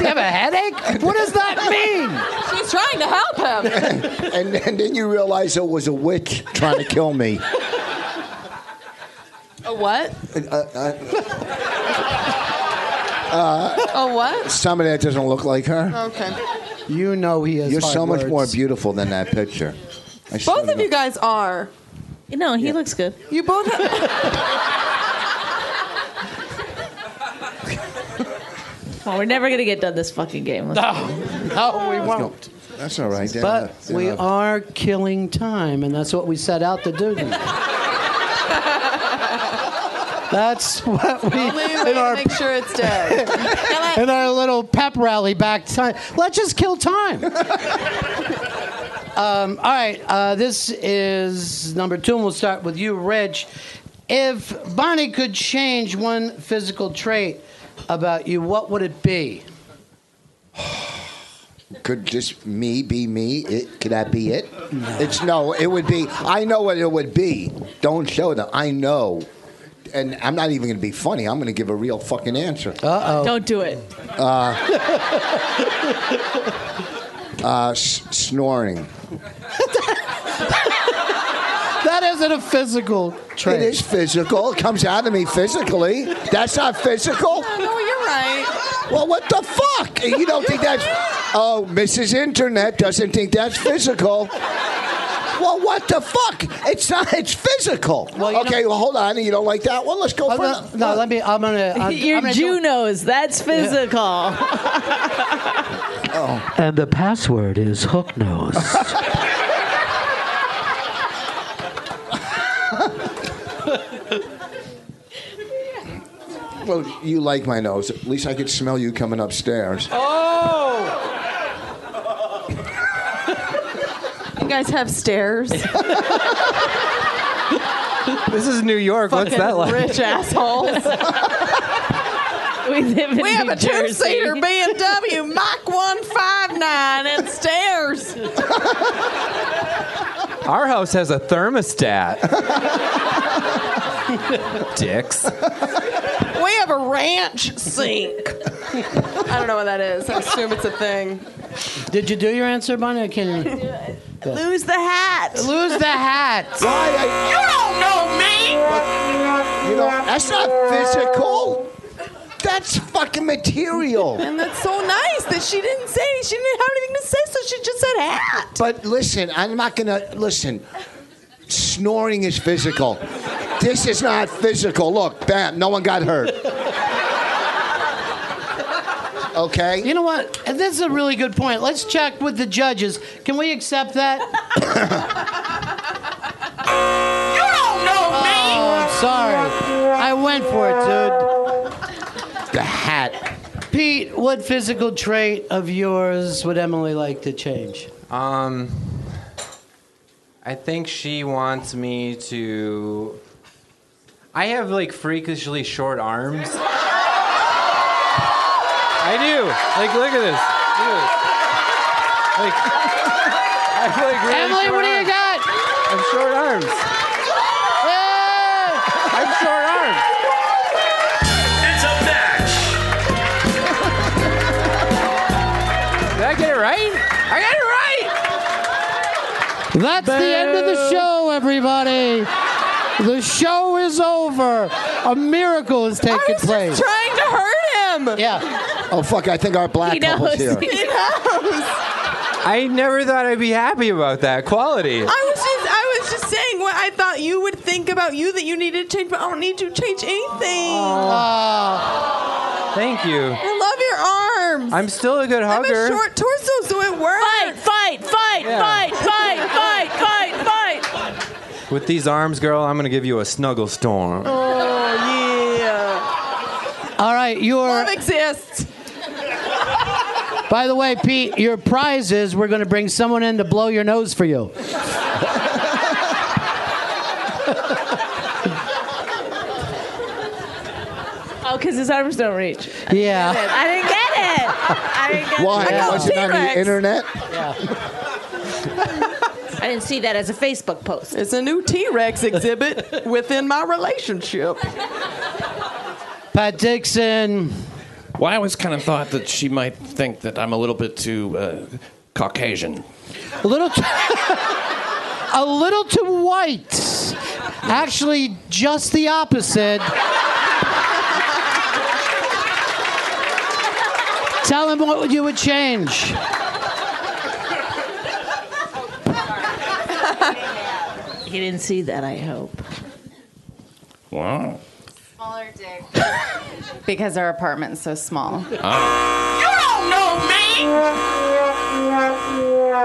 he have a headache? What does that mean? She's trying to help him. And, and then you realize it was a witch trying to kill me. A what? Uh, uh. A what? Some of that doesn't look like her. Okay. You know he is. You're so much more beautiful than that picture. I still Both of know- you guys are. no, he looks good. You both. Have, Come on, we're never gonna get done this fucking game. Let's- No, we won't. That's all right. they're But not- they're we not- are killing time, and that's what we set out to do. that's what we only way in to our make sure it's dead. Can I- in our little pep rally back time. Let's just kill time. um, all right, uh, this is number two, and we'll start with you, Rich. If Bonnie could change one physical trait about you, what would it be? Could just me be me? It, could that be it? It's no. It would be. I know what it would be. Don't show them. I know. And I'm not even going to be funny. I'm going to give a real fucking answer. Don't do it. Uh, s- snoring. That isn't a physical trait. It is physical. It comes out of me physically. That's not physical. Oh, no, you're right. Well, what the fuck? You don't think that's Oh, Mrs. Internet doesn't think that's physical. Well, what the fuck? It's not. It's physical. okay, well, hold on. You don't like that one? Let's go for not- no, let me. I'm gonna. I'm, Your I'm gonna do- Junos, that's physical. And the password is hook nose. Well, you like my nose. At least I could smell you coming upstairs. Oh! You guys have stairs. This is New York. What's Fucking that like? Rich assholes. we live in we have New a two seater Jersey. BMW Mach 159 and stairs. Our house has a thermostat. Dicks. We have a ranch sink. I don't know what that is. I assume it's a thing. Did you do your answer, Bonnie? I can Lose the hat. lose the hat. Why? You don't know me. I- you know, that's not physical. That's fucking material. And that's so nice that she didn't say she didn't have anything to say, so she just said hat. But listen, I'm not gonna listen. Snoring is physical. This is not physical. Look, bam, no one got hurt. Okay. You know what? And This is a really good point. Let's check with the judges. Can we accept that? You don't know me. Oh, I'm sorry. I went for it, the hat. dude. Pete, what physical trait of yours would Emily like to change? Um, I think she wants me to. I have like freakishly short arms. I do. Like, look at this. Look at this. Like, I have like really Emily, short what do you arms. got? I have short arms. I have short arms. It's a match. Did I get it right? I got it right. That's the end of the show, everybody. The show is over. A miracle is I taking was place. just trying to hurt him. yeah. Oh fuck! I think our black He couple's knows. here. He knows. I never thought I'd be happy about that quality. I was just I was just saying what I thought you would think about you that you needed to change, but I don't need to change anything. Uh, Thank you. I love your arms. I'm still a good I'm hugger. a short torso, so it works. Fight, fight, fight, Yeah. fight, fight, fight, fight, fight. With these arms, girl, I'm gonna give you a snuggle storm. Oh yeah. all right, your Love exists. by the way, Pete, your prize is we're going to bring someone in to blow your nose for you. Oh, because his arms don't reach. Yeah. I didn't get it. I didn't get Why? it. It wasn't on the T-Rex. internet. I didn't see that as a Facebook post. It's a new T-Rex exhibit within my relationship. Pat Dixon. Well, I always kind of thought that she might think that I'm a little bit too uh, Caucasian. A little too, a little too white. Actually, just the opposite. Tell him what you would change. He didn't see that, I hope. Wow. Smaller dick. because our apartment's so small. You don't know me.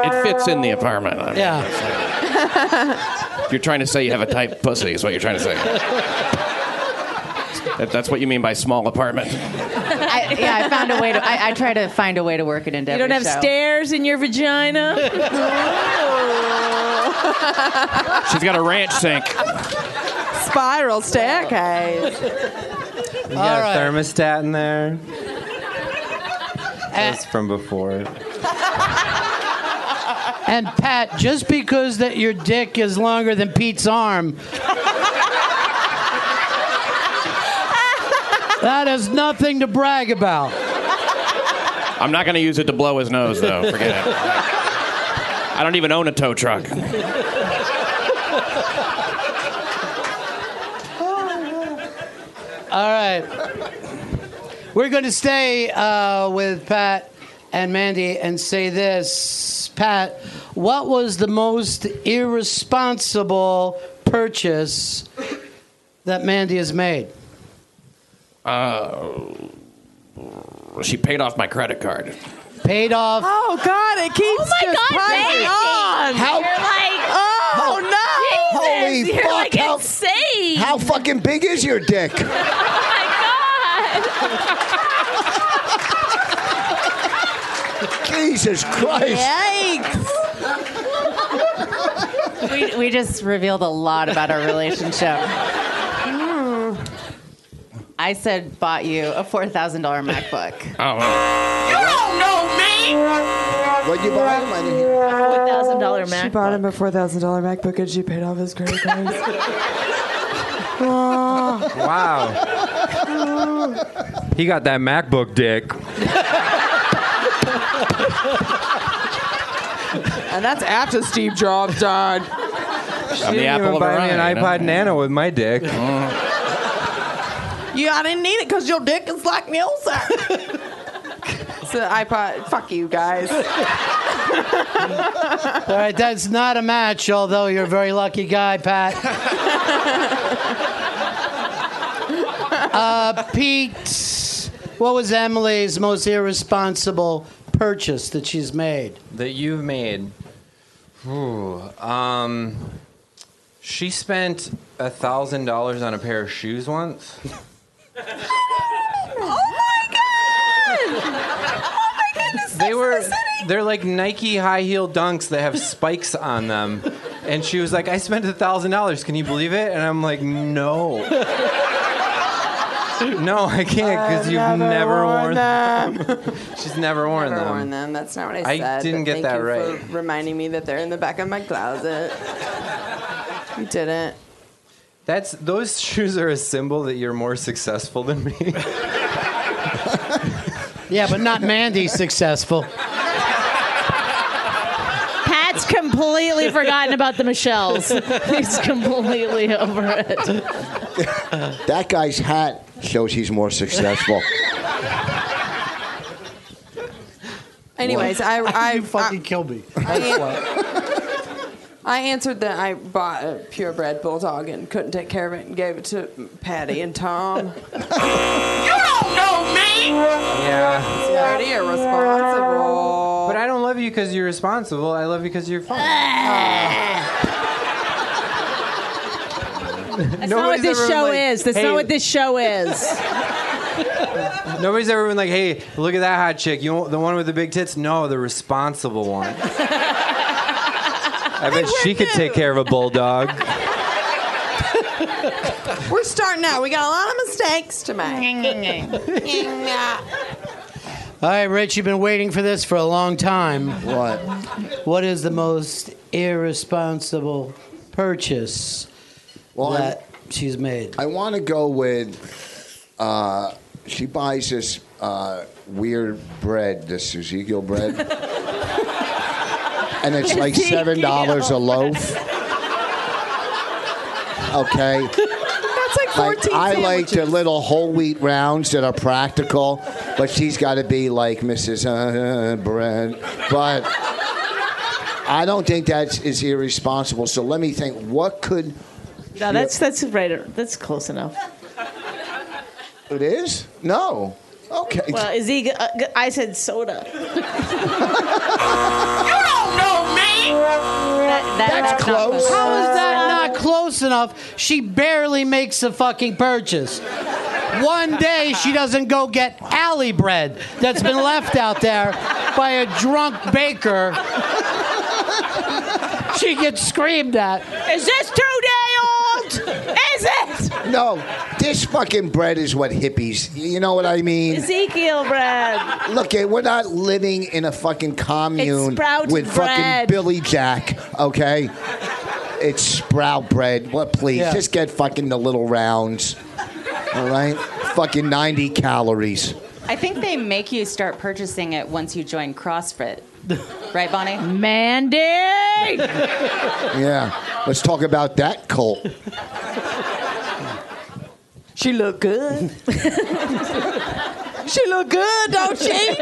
It fits in the apartment. I mean, Yeah. You're trying to say you have a tight pussy, is what you're trying to say. That- that's what you mean by small apartment. I, yeah, I found a way to. I, I try to find a way to work it into. You don't have stairs in your vagina? She's got a ranch sink. Spiral staircase. You got All right. a thermostat in there. That's from before. And Pat, just because that your dick is longer than Pete's arm, that is nothing to brag about. I'm not going to use it to blow his nose, though. Forget it. I don't even own a tow truck. All right. We're going to stay uh, with Pat and Mandy and say this, Pat. What was the most irresponsible purchase that Mandy has made? Uh, she paid off my credit card. Paid off. Oh God, it keeps oh my just God, piling Mandy. on. How- You're like, oh no, Holy Jesus, fuck! You're like how, insane. how fucking big is your dick? Jesus Christ! we, we just revealed a lot about our relationship. Hmm. I said, bought you a four thousand dollar MacBook. Oh, You don't know me. What you buy him? I didn't hear. Four thousand dollar She Mac. bought him a four thousand dollar MacBook and she paid off his credit cards. Oh. Wow. He got that MacBook dick. and that's after Steve Jobs died. She I'm the didn't apple even of buy her me an eye, you know? iPod Nano with my dick. You, I didn't need it because your dick is like Nielsen. It's an iPod. Fuck you guys. All right, that's not a match, although you're a very lucky guy, Pat. uh, Pete, what was Emily's most irresponsible purchase that she's made? that you've made. Ooh, um, she spent a thousand dollars on a pair of shoes once. Oh They were they're like Nike high heel dunks that have spikes on them. And she was like, I spent a thousand dollars, can you believe it? And I'm like, No. No, I can't because you've never, worn them. She's never worn Never them. worn them. That's not what I I said. didn't but get thank that you right. For reminding me that they're in the back of my closet. you didn't. That's those shoes are a symbol that you're more successful than me. Yeah, but not Mandy successful. Pat's completely forgotten about the Michelles. He's completely over it. That guy's hat shows he's more successful. Anyways, I I, you fucking killed me. I answered that I bought a purebred bulldog and couldn't take care of it and gave it to Patty and Tom. You don't know me. yeah. It's already irresponsible. But I don't love you because you're responsible. I love you because you're fun. That's not what this show is. That's not what this show is. Nobody's ever been like, "Hey, look at that hot chick. You don't- the one with the big tits? No, the responsible one." I bet she could take care of a bulldog. We're starting out. We got a lot of mistakes to make. All right, Rich, you've been waiting for this for a long time. What? What is the most irresponsible purchase Well, I'm- that she's made? I want to go with. Uh, she buys this uh, weird bread, this Ezekiel bread, and it's like seven dollars a loaf. Okay. That's like Like, 14 I like sandwiches. the little whole wheat rounds that are practical, but she's got to be like Mrs. Uh, bread. But I don't think that is irresponsible. So let me think. What could No, that's that's right. That's close enough. it is? No. Okay. Well, is he? Uh, I said soda. You don't know me. That, that That's is not close. How Uh, is that not close enough? She barely makes a fucking purchase. One day she doesn't go get alley bread that's been left out there by a drunk baker. She gets screamed at. Is this two day old? Is it No, this fucking bread is what hippies. You know what I mean? Ezekiel bread? Look, eh, we're not living in a fucking commune sprout with fucking bread. Billy Jack, okay? It's sprout bread. What, please? Yeah. Just get fucking the little rounds. All right? fucking 90 calories. I think they make you start purchasing it once you join CrossFit. Right, Bonnie? Mandy. Yeah. Let's talk about that cult. She look good. she look good, don't she?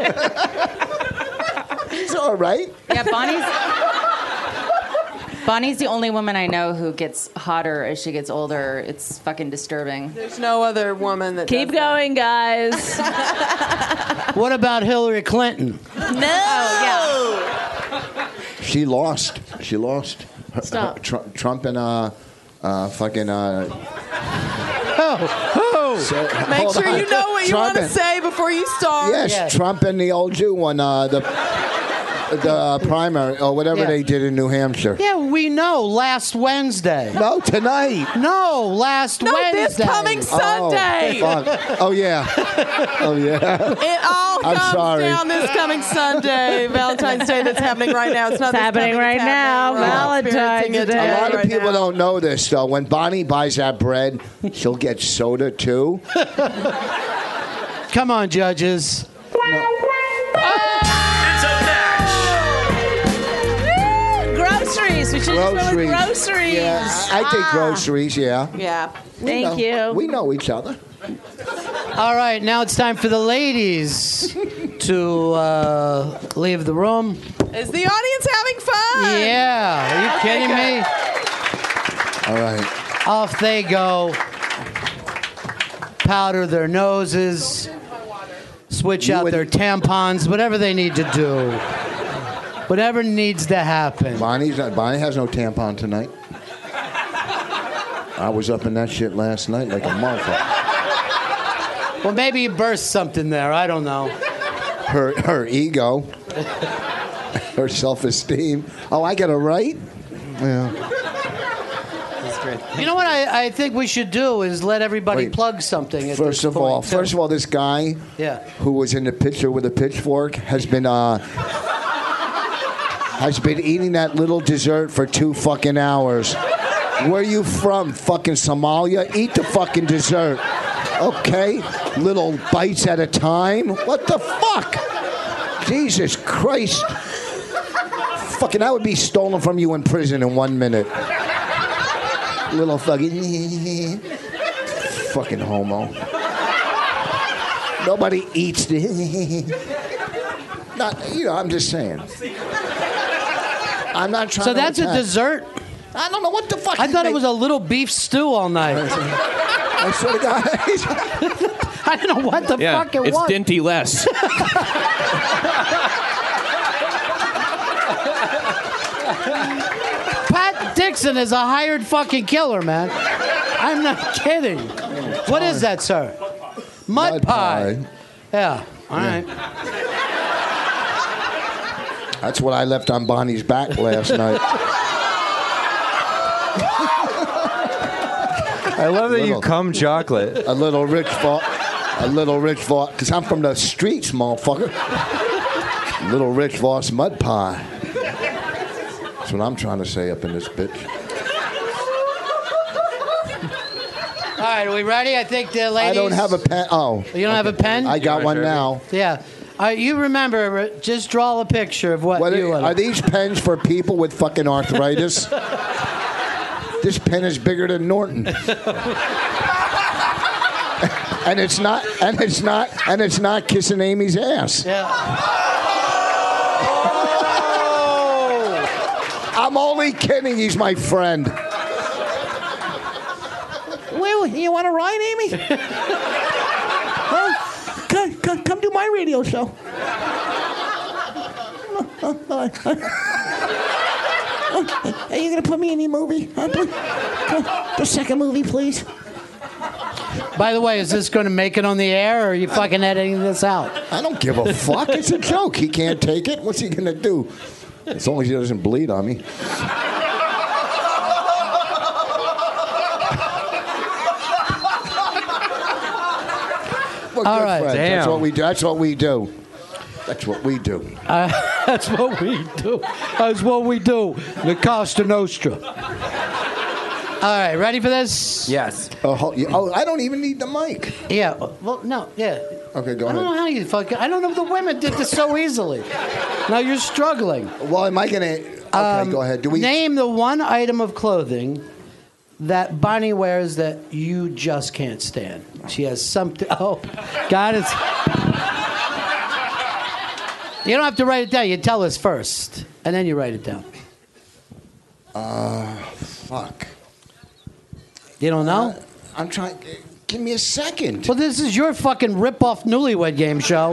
He's all right. Yeah, Bonnie's. Bonnie's the only woman I know who gets hotter as she gets older. It's fucking disturbing. There's no other woman that. Keep going, guys. What about Hillary Clinton? no. yeah. She lost. She lost. Her- her- Stop. Tru- Trump and uh, uh, fucking. Uh, Oh, So- Make hold sure on. you know what you want to Trumpin'. say before you start. yes, Trump and the old Jew won uh, the the primary or whatever Yeah. they did in New Hampshire. Yeah, we know. Last Wednesday. No, tonight. No, last No, Wednesday. this coming Sunday. Oh, fuck. oh yeah. Oh yeah. It all I'm comes sorry. down this coming Sunday, Valentine's Day. That's happening right now. It's not this It's happening coming, right it's now. happening right now. Valentine's Experiencing it Day. A lot of right people now. don't know this though. When Bonnie buys that bread, she'll get soda too. Come on, judges. It's a Groceries. We should just go with groceries. Yeah, I I think Ah. groceries. Yeah. Yeah. We Thank know- you. We know each other. All right, now it's time for the ladies to uh, leave the room. Is the audience having fun? Yeah, are you Okay, kidding me? All right. Off they go. Powder their noses, switch out uh, their tampons, whatever they need to do. Whatever needs to happen. Bonnie's not, Bonnie has no tampon tonight. I was up in that shit last night like a motherfucker. Well, maybe you burst something there. I don't know. Her her ego, her self esteem. Oh, I got it right. Yeah. You know what I, I think we should do is let everybody Wait. plug something. At First this of all, point, too. first of all, this guy Yeah. who was in the picture with a pitchfork has been uh has been eating that little dessert for two fucking hours. Where you from? Fucking Somalia? Eat the fucking dessert. Okay? Little bites at a time. What the fuck? Jesus Christ. Fucking that would be stolen from you in prison in one minute. Little fucking fucking homo. Nobody eats the. not, you know, I'm just saying. I'm not trying. So to that's a attack. dessert? I don't know what the fuck. I thought it they- was a little beef stew all night. I swear to God. I don't know what the Yeah, fuck it it's was. dinty less. Pat Dixon is a hired fucking killer, man. I'm not kidding. What is that, sir? Mud, Mud pie. pie. Yeah. All right. That's what I left on Bonnie's back last night. I love that Little. you cum chocolate. A little rich fuck. A little rich fuck. Because I'm from the streets, motherfucker. little rich Voss mud pie. That's what I'm trying to say up in this bitch. All right. Are we ready? I think the ladies. I don't have a pen. Oh. You don't have a pen? I got one now. Yeah. All right, you remember? uh, Just draw a picture of what, What you are, are. are these pens for people with fucking arthritis? this pen is bigger than Norton. and it's not and it's not and it's not kissing Amy's ass. Yeah. I'm only kidding, he's my friend. Well, you want to ride, Amy? Huh? Come, come, come do my radio show. Are you gonna put me in the movie? Huh, please? The second movie, please. By the way, is this going to make it on the air, or are you fucking editing this out? I don't give a fuck. It's a joke. He can't take it. What's he gonna do? As long as he doesn't bleed on me. We're All good right. friends. That's Damn. what we do. That's what we do. That's what we do. That's what we do. That's what we do. The Costa Nostra. All right, ready for this? Yes. Oh, ho- you- oh, I don't even need the mic. Yeah. Well, no, yeah. Okay, go I don't know ahead. how you fucking. I don't know if the women did this so easily. Now you're struggling. Well, am I gonna? Okay, go ahead. Do we? Um, Name the one item of clothing that Bonnie wears that you just can't stand. She has something. Oh, God, it's. You don't have to write it down. You tell us first, and then you write it down. Uh, fuck. You don't know? I'm trying. Give me a second. Well, this is your fucking rip-off newlywed game show.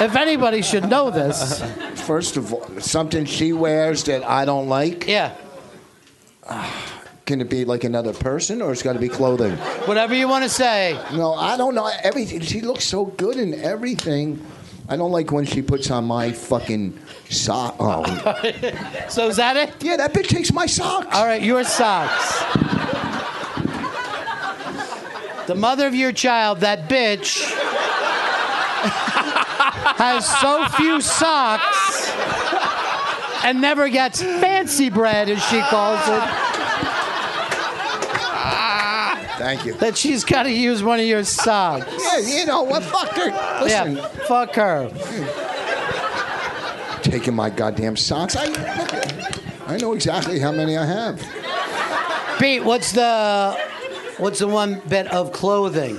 if anybody should know this. First of all, something she wears that I don't like. Yeah. Can it be like another person, or it's got to be clothing? Whatever you want to say. No, I don't know everything. She looks so good in everything. I don't like when she puts on my fucking sock. Oh, so is that it? Yeah, that bitch takes my socks. All right, your socks. the mother of your child, that bitch, has so few socks and never gets fancy bread, as she calls it, thank you. that she's got to use one of your socks. Yeah, you know what? Fuck her. Listen, Yeah, fuck her. taking my goddamn socks. I, I know exactly how many I have. Pete, what's the what's the one bit of clothing?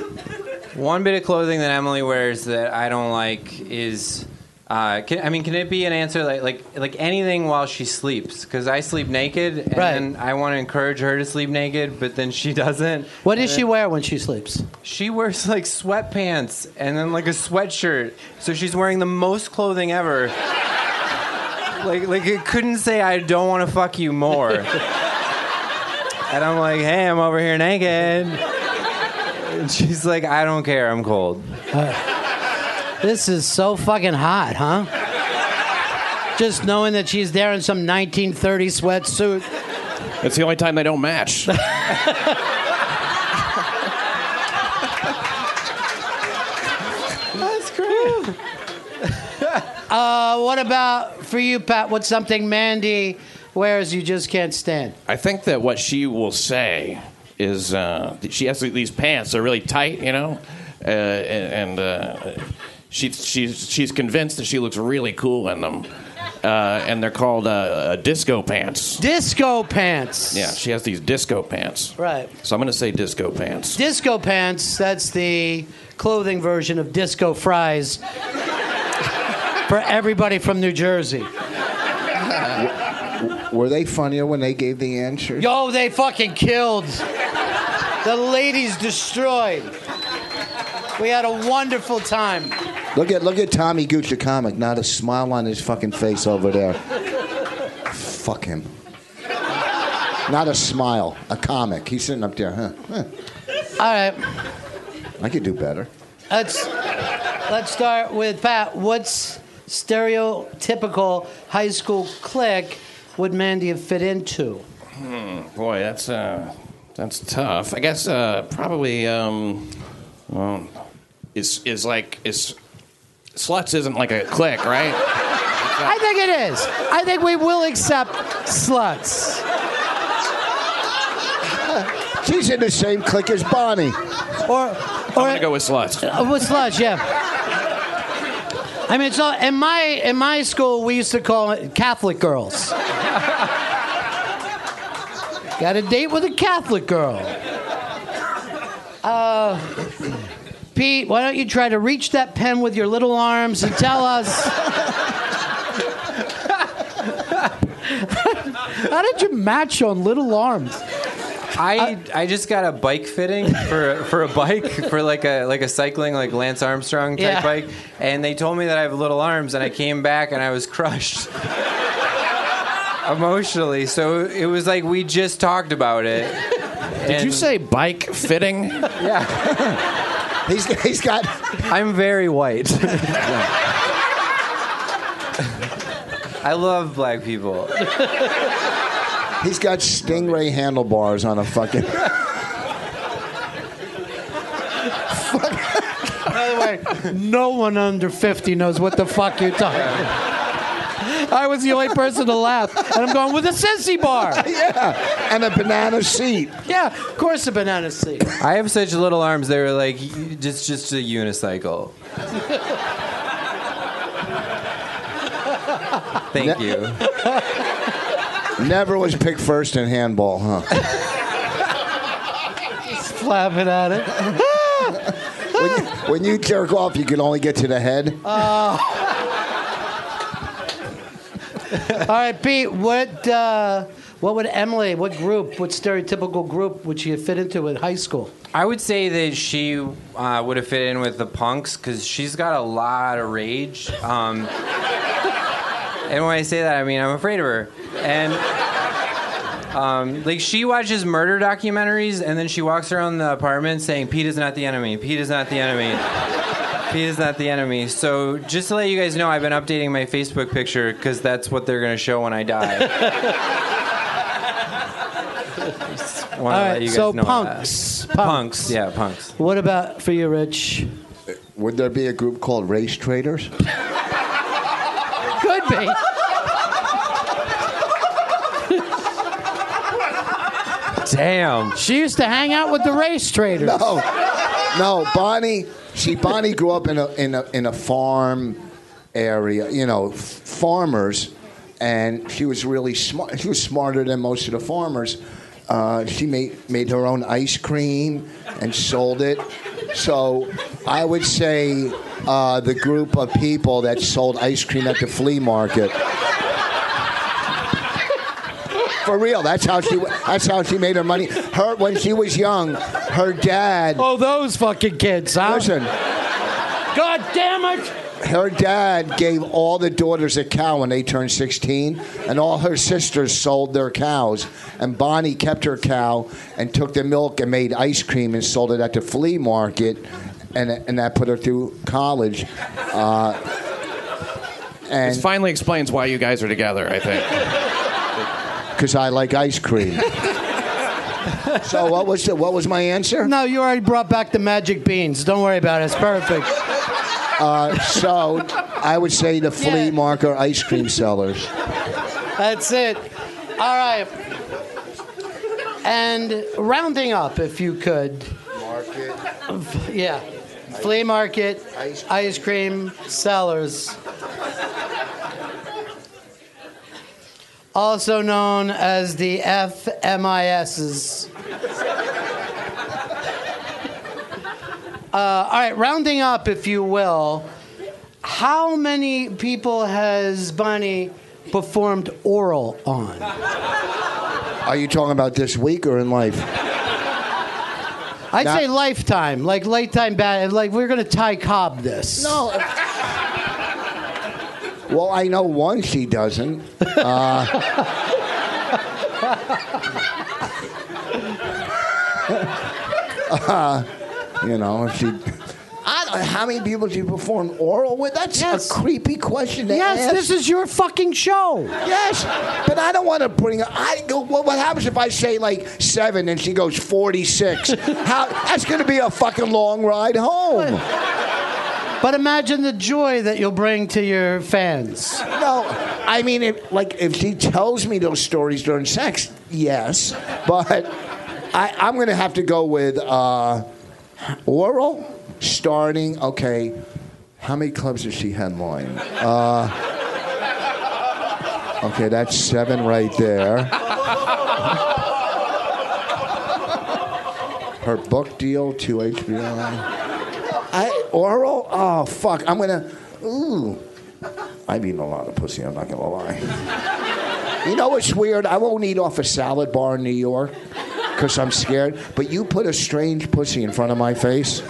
One bit of clothing that Emily wears that I don't like is. Uh, can, I mean, can it be an answer like like like anything while she sleeps? Because I sleep naked, and Right. then I want to encourage her to sleep naked, but then she doesn't. What does she wear when she sleeps? She wears like sweatpants and then like a sweatshirt, so she's wearing the most clothing ever. like like it couldn't say I don't want to fuck you more. and I'm like, hey, I'm over here naked. And she's like, I don't care, I'm cold. This is so fucking hot, huh? Just knowing that she's there in some 1930 sweatsuit. It's the only time they don't match. That's great. uh, what about for you, Pat? What's something Mandy wears you just can't stand? I think that what she will say is uh, she has these pants are really tight, you know, uh, and uh, she, she's she's convinced that she looks really cool in them, uh, and they're called uh, uh, disco pants. Disco pants. Yeah, she has these disco pants. Right. So I'm gonna say disco pants. Disco pants, that's the clothing version of disco fries for everybody from New Jersey. Were they funnier when they gave the answer? Yo, Oh, they fucking killed. The ladies destroyed. We had a wonderful time. Look at look at Tommy Gooch, the comic. Not a smile on his fucking face over there. Fuck him. Not a smile. A comic. He's sitting up there. Huh? huh. All right, I could do better. let's let's start with Pat. What's stereotypical high school clique would Mandy have fit into? Hmm, boy, that's uh, that's tough. I guess uh, probably um, well, is is like is sluts isn't like a click, right? I think it is. I think we will accept sluts. She's in the same clique as Bonnie. Or I'm gonna go with sluts. Uh, with sluts, yeah. I mean, so in my in my school, we used to call it Catholic girls. Got a date with a Catholic girl. Uh, Pete, why don't you try to reach that pen with your little arms and tell us? How did you match on little arms? I I just got a bike fitting for for a bike for like a like a cycling like Lance Armstrong type Yeah. bike, and they told me that I have little arms, and I came back and I was crushed emotionally. So it was like we just talked about it. Did you say bike fitting? He's, he's got. I'm very white. I love black people. He's got stingray handlebars on a fucking. By the way, no one under 50 knows what the fuck you're talking about. I was the only person to laugh, and I'm going with a sissy bar. yeah, and a banana seat. Yeah, of course, a banana seat. I have such little arms. They were like y- just just a unicycle. Thank you. Never was picked first in handball, huh? Just flapping at it. Uh. When you, when you jerk off, you can only get to the head. All right, Pete. What uh, what would Emily? What group? What stereotypical group would she fit into in high school? I would say that she uh, would have fit in with the punks because she's got a lot of rage. Um, and when I say that, I mean I'm afraid of her. And um, like she watches murder documentaries and then she walks around the apartment saying, "Pete is not the enemy. Pete is not the enemy." Pete is not the enemy. So just to let you guys know, I've been updating my Facebook picture because that's what they're gonna show when I die. Wanna All right, let you guys so know that. punks, punks. punks, yeah, punks. What about for you, Rich? Would there be a group called race traders? Could be. Damn. She used to hang out with the race traders. No, no, Bonnie. She Bonnie grew up in a in a in a farm area. You know, f- farmers, and she was really smart. She was smarter than most of the farmers. Uh, she made made her own ice cream and sold it. So I would say uh, the group of people that sold ice cream at the flea market. For real, that's how she that's how she made her money. Her when she was young, her dad. Oh, those fucking kids! Huh? Listen, God damn it! her dad gave all the daughters a cow when they turned 16, and all her sisters sold their cows. And Bonnie kept her cow and took the milk and made ice cream and sold it at the flea market, and and that put her through college. Uh, This finally explains why you guys are together, I think. because I like ice cream. so what was the, what was my answer? No, you already brought back the magic beans. Don't worry about it. It's perfect. Uh, so I would say the flea market ice cream sellers. That's it. All right. And rounding up, if you could. Market. Yeah. Flea market, ice cream, sellers. Also known as the FMISs. Uh, all right, rounding up, if you will, how many people has Bonnie performed oral on? Are you talking about this week or in life? I'd Not- say lifetime, like lifetime bad. Like we're gonna tie Cobb this. No. Well, I know one she doesn't. Uh, uh, you know, she. I don't know how many people she performed oral with. That's a creepy question to Yes, ask. this is your fucking show. Yes, but I don't want to bring. I go. What, what happens if I say like seven and she goes forty-six? How that's going to be a fucking long ride home. But imagine the joy that you'll bring to your fans. No, I mean, if, like if she tells me those stories during sex, yes, but I, I'm going to have to go with uh, oral starting. Okay, how many clubs does she headline? Uh, okay, that's seven right there. Her book deal to HBO. I oral. Oh fuck! I'm gonna. Ooh. I've eaten a lot of pussy, I'm not gonna lie. you know what's weird? I won't eat off a salad bar in New York because I'm scared, but you put a strange pussy in front of my face.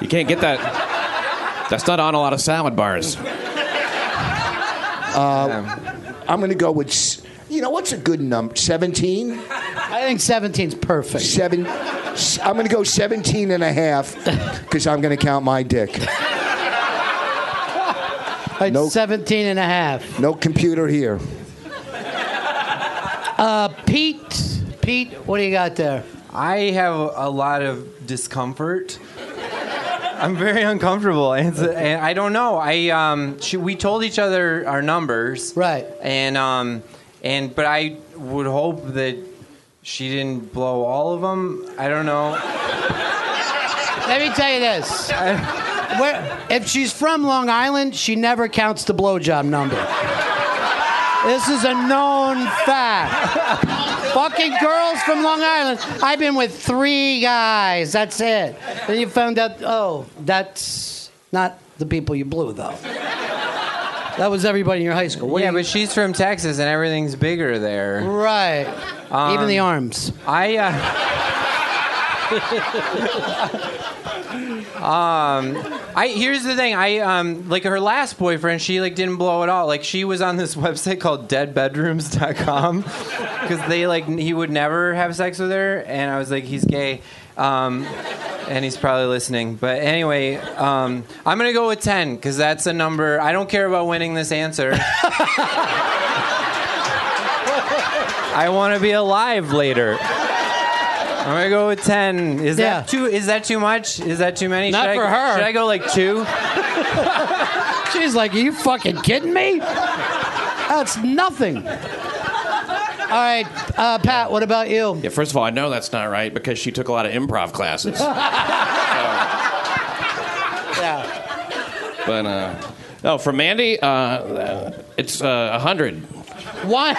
You can't get that. That's not on a lot of salad bars. Uh, I'm gonna go with, s- you know, what's a good number? 17? I think 17's perfect. Seven. s- I'm gonna go 17 and a half because I'm gonna count my dick. Like 17 and a half. No computer here. Uh, Pete, Pete, what do you got there? I have a lot of discomfort. I'm very uncomfortable, and, it's- and I don't know. I um, she, we told each other our numbers, right? And um, and but I would hope that she didn't blow all of them. I don't know. Let me tell you this. Where, if she's from Long Island, she never counts the blowjob number. This is a known fact. Fucking girls from Long Island. I've been with three guys. That's it. Then you found out, oh, that's not the people you blew, though. That was everybody in your high school. What do yeah, you- but she's from Texas and everything's bigger there. Right. Even Um, the arms. I. Uh, um, I here's the thing. I um like her last boyfriend. She like didn't blow at all. Like she was on this website called DeadBedrooms.com because they like he would never have sex with her, and I was like, he's gay. Um, and he's probably listening. But anyway, um, I'm gonna go with ten because that's a number. I don't care about winning this answer. I want to be alive later. I'm gonna go with ten. Is Yeah. that too? Is that too much? Is that too many? Not should for I, her. Should I go like two? She's like, are you fucking kidding me? That's nothing. All right, uh, Pat, what about you? Yeah, first of all, I know that's not right because she took a lot of improv classes. Yeah. But uh, no, for Mandy, uh, uh, it's uh, hundred. One,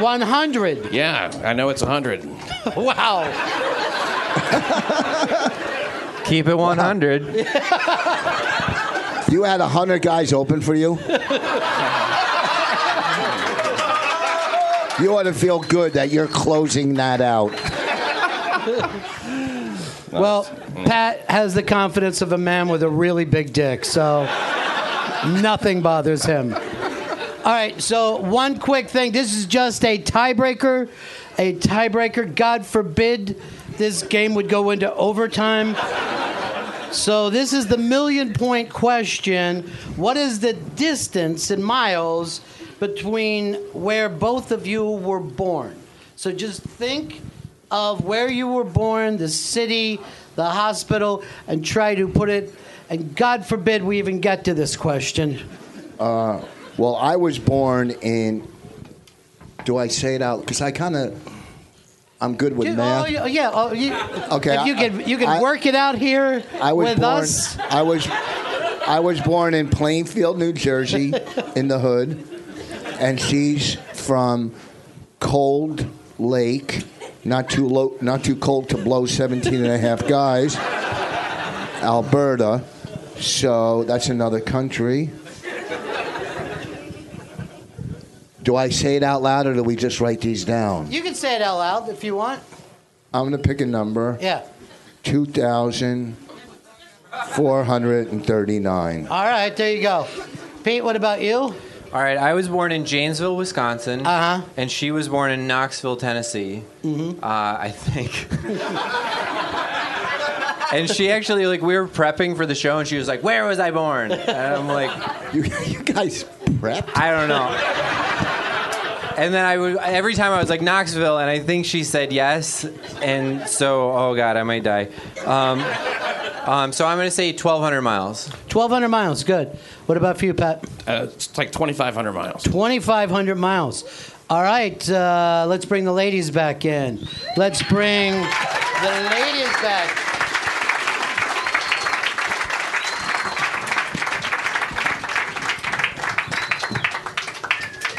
100. Yeah, I know it's hundred. Wow. Keep it 100. You had 100 guys open for you? you ought to feel good that you're closing that out. Well, Pat has the confidence of a man with a really big dick, so nothing bothers him. All right, so one quick thing. This is just a tiebreaker. A tiebreaker. God forbid this game would go into overtime. So this is the million point question. What is the distance in miles between where both of you were born? So just think of where you were born, the city, the hospital, and try to put it and God forbid we even get to this question. Uh, well, I was born in. Do I say it out? Because I kind of. I'm good with Oh math. yeah, yeah, oh, you, Okay, If you I- can, you can I- work it out here I was with born, us. I was, I was born in Plainfield, New Jersey, in the hood, and she's from Cold Lake, not too low, not too cold to blow 17 and a half guys, Alberta. So that's another country. Do I say it out loud or do we just write these down? You can say it out loud if you want. I'm gonna pick a number. Yeah. Two thousand four hundred and thirty-nine. All right, there you go. Pete, what about you? All right, I was born in Janesville, Wisconsin. Uh-huh. Uh huh. And she was born in Knoxville, Tennessee. Mm-hmm. Uh, I think. and she actually, like, we were prepping for the show, and she was like, "Where was I born?" And I'm like, "You, you guys prepped?" I don't know. And then I would every time I was like Knoxville, and I think she said yes, and so oh god, I might die. Um, um, so I'm gonna say 1,200 miles. 1,200 miles, good. What about for you, Pat? Uh, it's like 2,500 miles. 2,500 miles. All right, uh, let's bring the ladies back in. Let's bring the ladies back.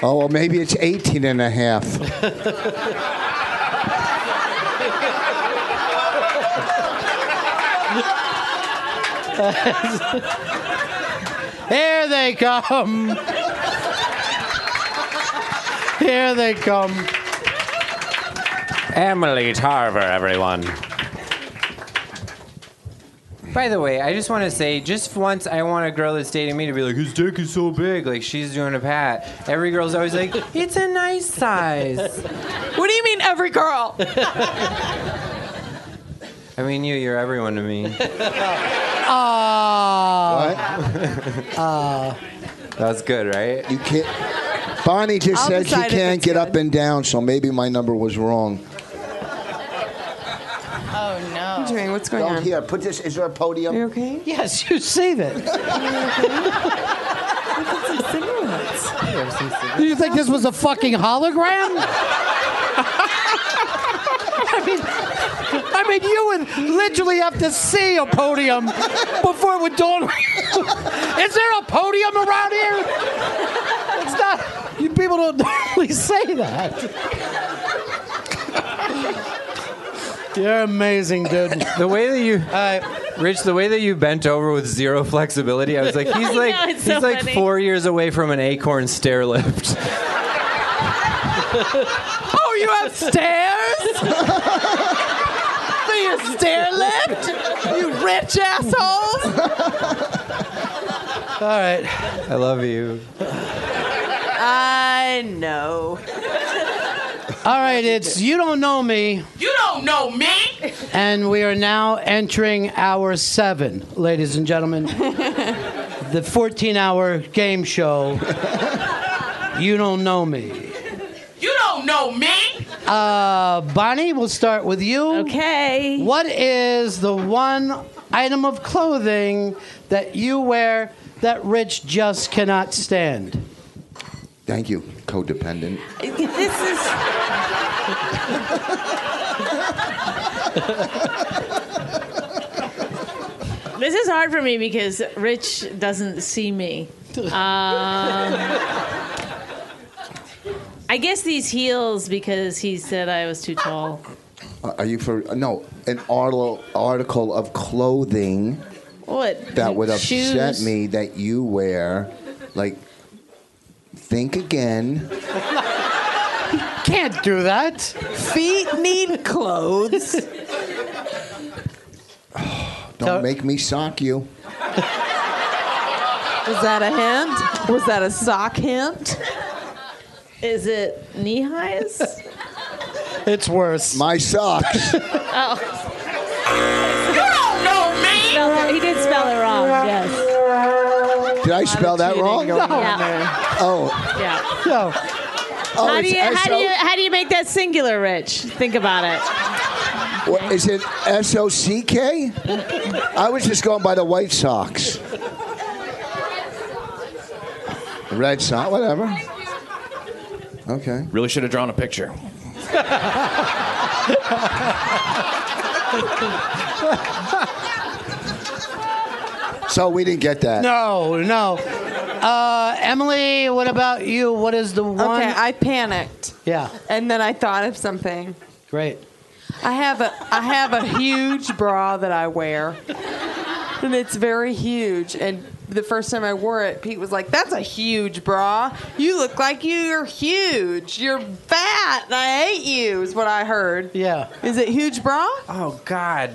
Oh, well, maybe it's 18 and a half. Here they come. Here they come. Emily Tarver, everyone. By the way, I just want to say, just once I want a girl that's dating me to be like, his dick is so big, like she's doing a pat. Every girl's always like, it's a nice size. What do you mean, every girl? I mean, you, you're everyone to me. Oh. That was good, right? You can't. Bonnie just I'll said she decide if can't it's get up and down, so maybe my number was wrong. Oh no. Doing what's going Down on? Oh, here, put this. Is there a podium? You okay? Yes, you save it. Some cigarettes. Do you think this was a fucking hologram? I mean, I mean, you would literally have to see a podium before it would dawn. on you. Is there a podium around here? It's not. You people don't normally say that. You're amazing, dude. The way that you. Uh, All right. Rich, the way that you bent over with zero flexibility, I was like, he's I like know, it's he's so like funny. four years away from an acorn stair lift. oh, you have stairs? For your stair lift? You rich assholes? All right. I love you. I know. All right, it's You Don't Know Me, You don't know me. and we are now entering hour seven, ladies and gentlemen. the 14 hour game show, You Don't Know Me. You don't know me. Uh, Bonnie, we'll start with you. Okay. What is the one item of clothing that you wear that Rich just cannot stand? Thank you, codependent. This is. This is hard for me because Rich doesn't see me. Um, I guess these heels because he said I was too tall. Uh, Are are you for no an article article of clothing What? that would upset Shoes? me that you wear? Like, think again. Can't do that. Feet need clothes. Don't make me sock you. Was that a hint? Was that a sock hint? Is it knee highs? It's worse. My socks. oh. You don't know me. he did spell it wrong, yes. Did I spell that wrong? Yeah. Oh, yeah. No. Oh, how, do it's you, how, do SO? you, how do you make that singular, Rich? Think about Um, it. what, is it S O C K? I was just going by the White Sox. Red Sox, whatever. Okay. Really should have drawn a picture. So we didn't get that. No, no. Uh, Emily, what about you? What is the one? Okay, I panicked. Yeah. And then I thought of something. Great. I have a I have a huge bra that I wear. And it's very huge. And the first time I wore it, Pete was like, That's a huge bra. You look like you're huge. You're fat and I hate you is what I heard. Yeah. Is it huge bra? Uh-huh. Oh God,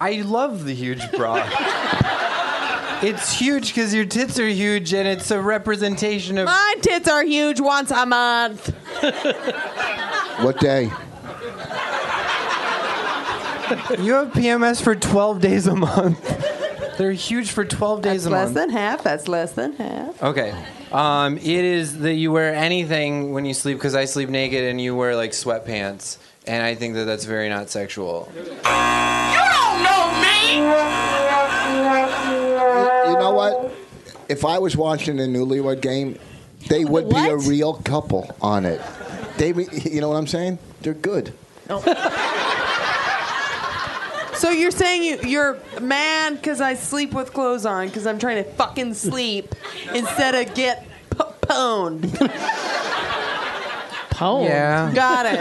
I love the huge bra. it's huge because your tits are huge, and it's a representation of. My tits are huge once a month. What day? You have PMS for 12 days a month. They're huge for 12 days That's a less month. than half. That's less than half. Okay. Um, it is that you wear anything when you sleep because I sleep naked and you wear like sweatpants. And I think that that's very not sexual. You don't know me. You know what? If I was watching the newlywed game, they would be a real couple on it. They, be- you know what I'm saying? They're good. So you're saying you, you're mad because I sleep with clothes on because I'm trying to fucking sleep instead of get p- pwned. Pwned. Yeah. Got it.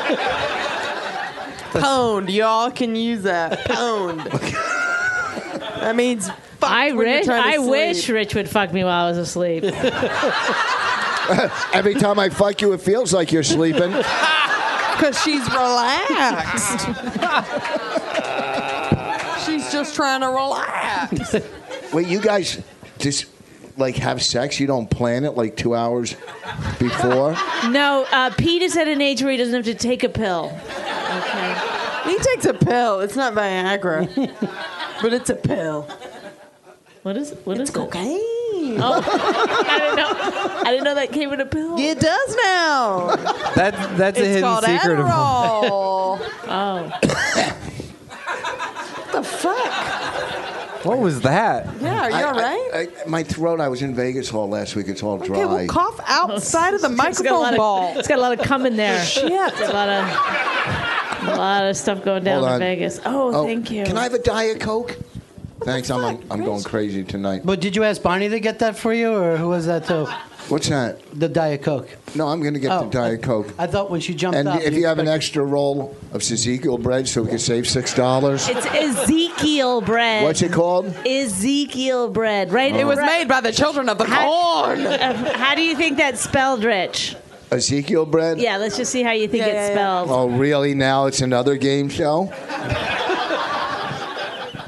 pwned. Y'all can use that. Pwned. that means fuck I, when you're Rich, trying to I sleep. wish Rich would fuck me while I was asleep. Every time I fuck you, it feels like you're sleeping. Because she's relaxed. she's just trying to relax. Wait, you guys just like have sex? You don't plan it like two hours before? No, uh, Pete is at an age where he doesn't have to take a pill. He takes a pill. It's not Viagra, but it's a pill. What is what is cocaine? Oh, I didn't know. I didn't know that came in a pill. It does now. That, it's that's a hidden called secret of Adderall. oh. what the fuck? What was that? Yeah, are you I- all right? I, I- my throat, I was in Vegas all last week. It's all dry. Okay, well, cough outside of the It's got a lot microphone of- ball. it's got a lot of cum in there. Shit. It's a lot of a lot of stuff going down Hold in on. Vegas. Oh, Oh, thank you. Can I have a Diet Coke? Thanks. I'm on, I'm going crazy tonight. But did you ask Bonnie to get that for you, or who was that to? What's that? The Diet Coke. No, I'm going to get Oh. the Diet Coke. I thought when she jumped And up. if you have an extra roll of Ezekiel bread, so we can save six dollars. It's Ezekiel bread. What's it called? Ezekiel bread. Right. It was right- made by the children of the how, corn. Uh, how do you think that's spelled, Rich? Ezekiel bread. Yeah, let's just see how you think it's spelled. Oh, really? Now it's another game show.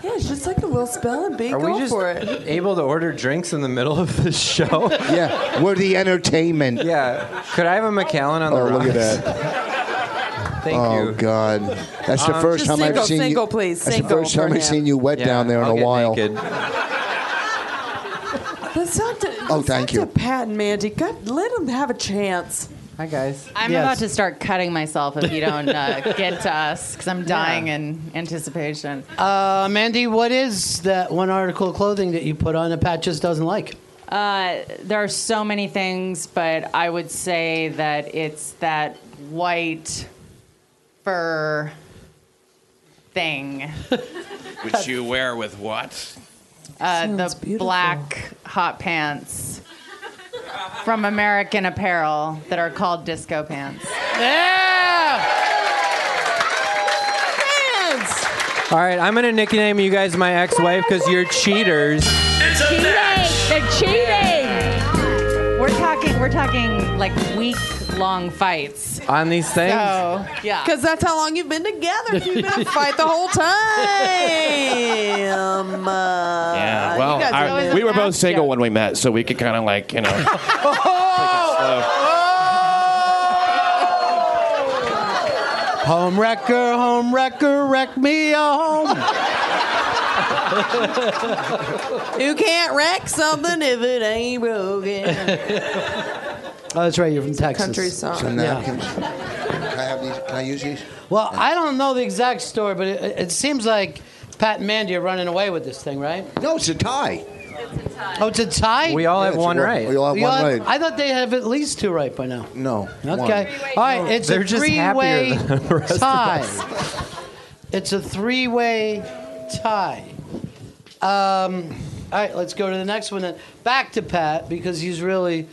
Yeah, it's just like the Will Spell and Big Are Go we just for it. able to order drinks in the middle of this show? yeah, we're the entertainment. Yeah. Could I have a McAllen on the Oh, look at rocks? that. Thank oh you. God, that's the Um, first Just time single, I've seen single, you. please, That's the single first time for I've him. seen you wet Yeah, down there in I'll a get while. naked. That's not to, Oh, thank you. Pat and Mandy. God, let them have a chance. Hi, guys. I'm about to start cutting myself if you don't uh, get to us because I'm dying in anticipation. Uh, Mandy, what is that one article of clothing that you put on that Pat just doesn't like? Uh, there are so many things, but I would say that it's that white fur thing. Which you wear with what? Uh, the black hot pants from American Apparel that are called disco pants. Yeah! All right, I'm gonna nickname you guys my ex-wife because you're cheaters. It's a match. They're cheating. We're talking. We're talking like week-long fights. On these things? Oh, So yeah. Because that's how long you've been together. You've been a fight the whole time. Uh, yeah. Well, you guys I- are really we were both fast. single when we met, so we could kind of like you know. Home wrecker, home wrecker, wreck me a home. You can't wreck something if it ain't broken. Oh, that's right. You're from Texas. country song. Some Yeah. napkins. Can I have these? Can I use these? Well, I don't know the exact story, but it, it seems like Pat and Mandy are running away with this thing, right? No, it's a tie. Oh, it's a tie. We all have it's one one- right. we all have You one all- right. I thought they have at least two right by now. No. one. Okay. All right. It's They're a just three-way happier than the rest of tie. It's a three-way tie. Um, all right. Let's go to the next one. Then back to Pat because he's really,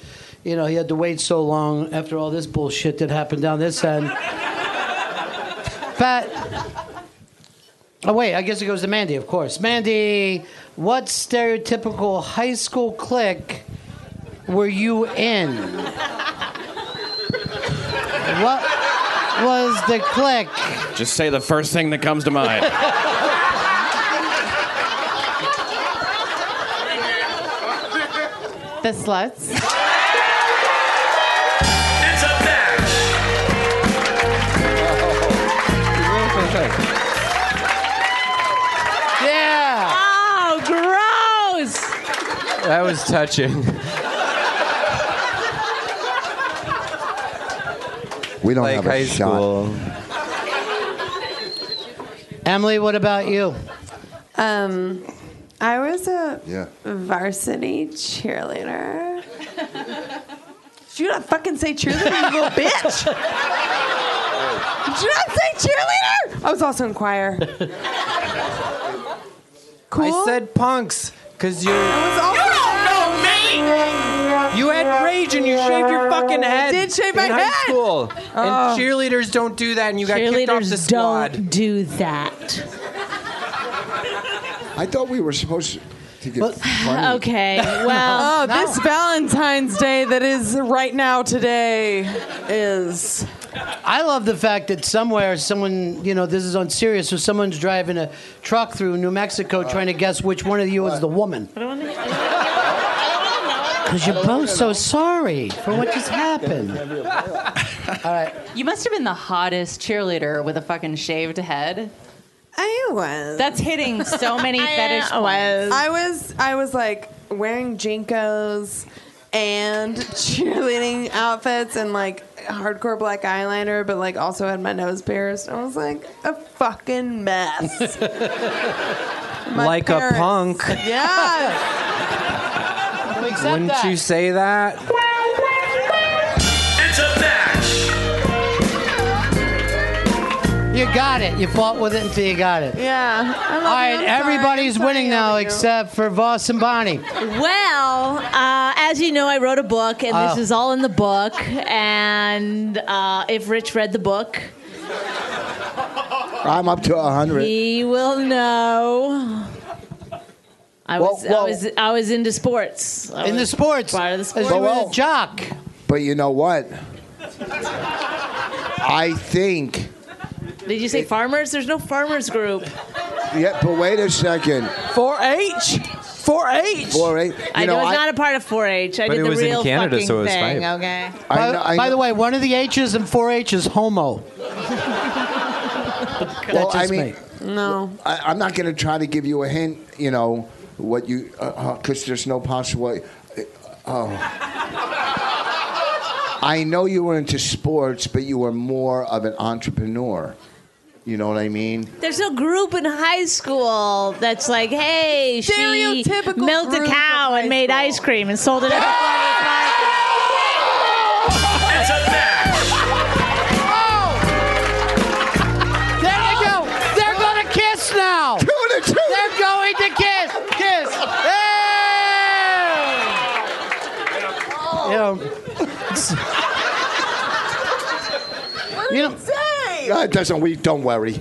you know, he had to wait so long after all this bullshit that happened down this end. Pat. Oh wait, I guess it goes to Mandy, of course. Mandy, what stereotypical high school clique were you in? What was the click? Just say the first thing that comes to mind. The sluts. It's a match. Yeah. Oh, gross. That was touching. We don't like have a high shot. school. Emily, what about you? Um, I was a Yeah. varsity cheerleader. Did you not fucking say cheerleader, you little bitch? Did you not say cheerleader? I was also in choir. Cool. I said punks because you I was also You don't you had rage and you shaved your fucking head. did shave my in high head. Oh. school. And cheerleaders don't do that, and you got kicked off the Cheerleaders squad. don't do that. I thought we were supposed to get funny. Okay. Well, Oh, this Valentine's Day that is right now today is. I love the fact that somewhere, someone, you know, this is on Sirius, so someone's driving a truck through New Mexico trying to guess which one of you is the woman. Because you're both so sorry for what just happened. You must have been the hottest cheerleader with a fucking shaved head. I was. That's hitting so many fetish points. I was I was like wearing jinkos and cheerleading outfits and like hardcore black eyeliner, but like also had my nose pierced. I was like a fucking mess. My like parents- a punk. Yes. Wouldn't you say that? It's a match. You you got it. You fought with it until you got it. Yeah. I love All right, you. I'm sorry. everybody's I'm sorry winning now I love you. except for Voss and Bonnie. Well, uh, as you know, I wrote a book, and Uh. this Oh. is all in the book. And uh, if Rich read the book, I'm up to 100. he will know. I Well, was, well- I was I was into sports. I Into was sports. Part of the sports. you were Well- the jock. But you know what? I think. Did you say farmers? There's no farmers group. Yeah, but wait a second. 4-H. 4-H. 4-H. I You know, know it's I- not a part of 4-H. I But did it the was in real Canada, fucking so it was thing. five. Okay. I by, know- I by know- the way, one of the H's in 4-H is homo. Well, That's I just mean, me. no. I, I'm not going to try to give you a hint. You know what you because there's no possible. way. Uh, oh. I know you were into sports, but you were more of an entrepreneur. You know what I mean? There's no group in high school that's like, hey, she milked a cow and made ice cream and sold it. At- It's a There you go. They're going to kiss now. Two to two. They're going to kiss. Kiss. Hey! You know, you know, No, it doesn't. We don't worry.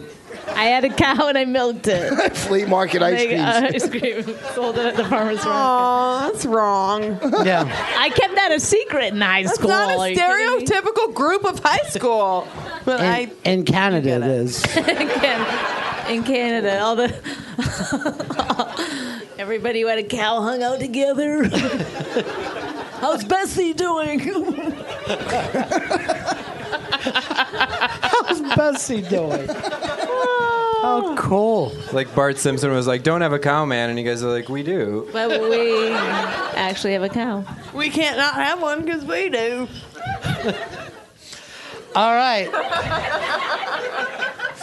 I had a cow and I milked it. Flea market ice Make, creams. uh, ice cream sold it at the farmer's market. Oh, that's wrong. Yeah. I kept that a secret in high That's school. not Are a you kidding me? stereotypical group of high school. But I. in, in Canada it is. in, Canada, in Canada, all the everybody who had a cow hung out together. How's Bessie doing? How's Bessie doing? How Oh, cool. Like Bart Simpson was like, "Don't have a cow, man," and you guys are like, "We do." but we actually have a cow. We can't not have one because we do. All right.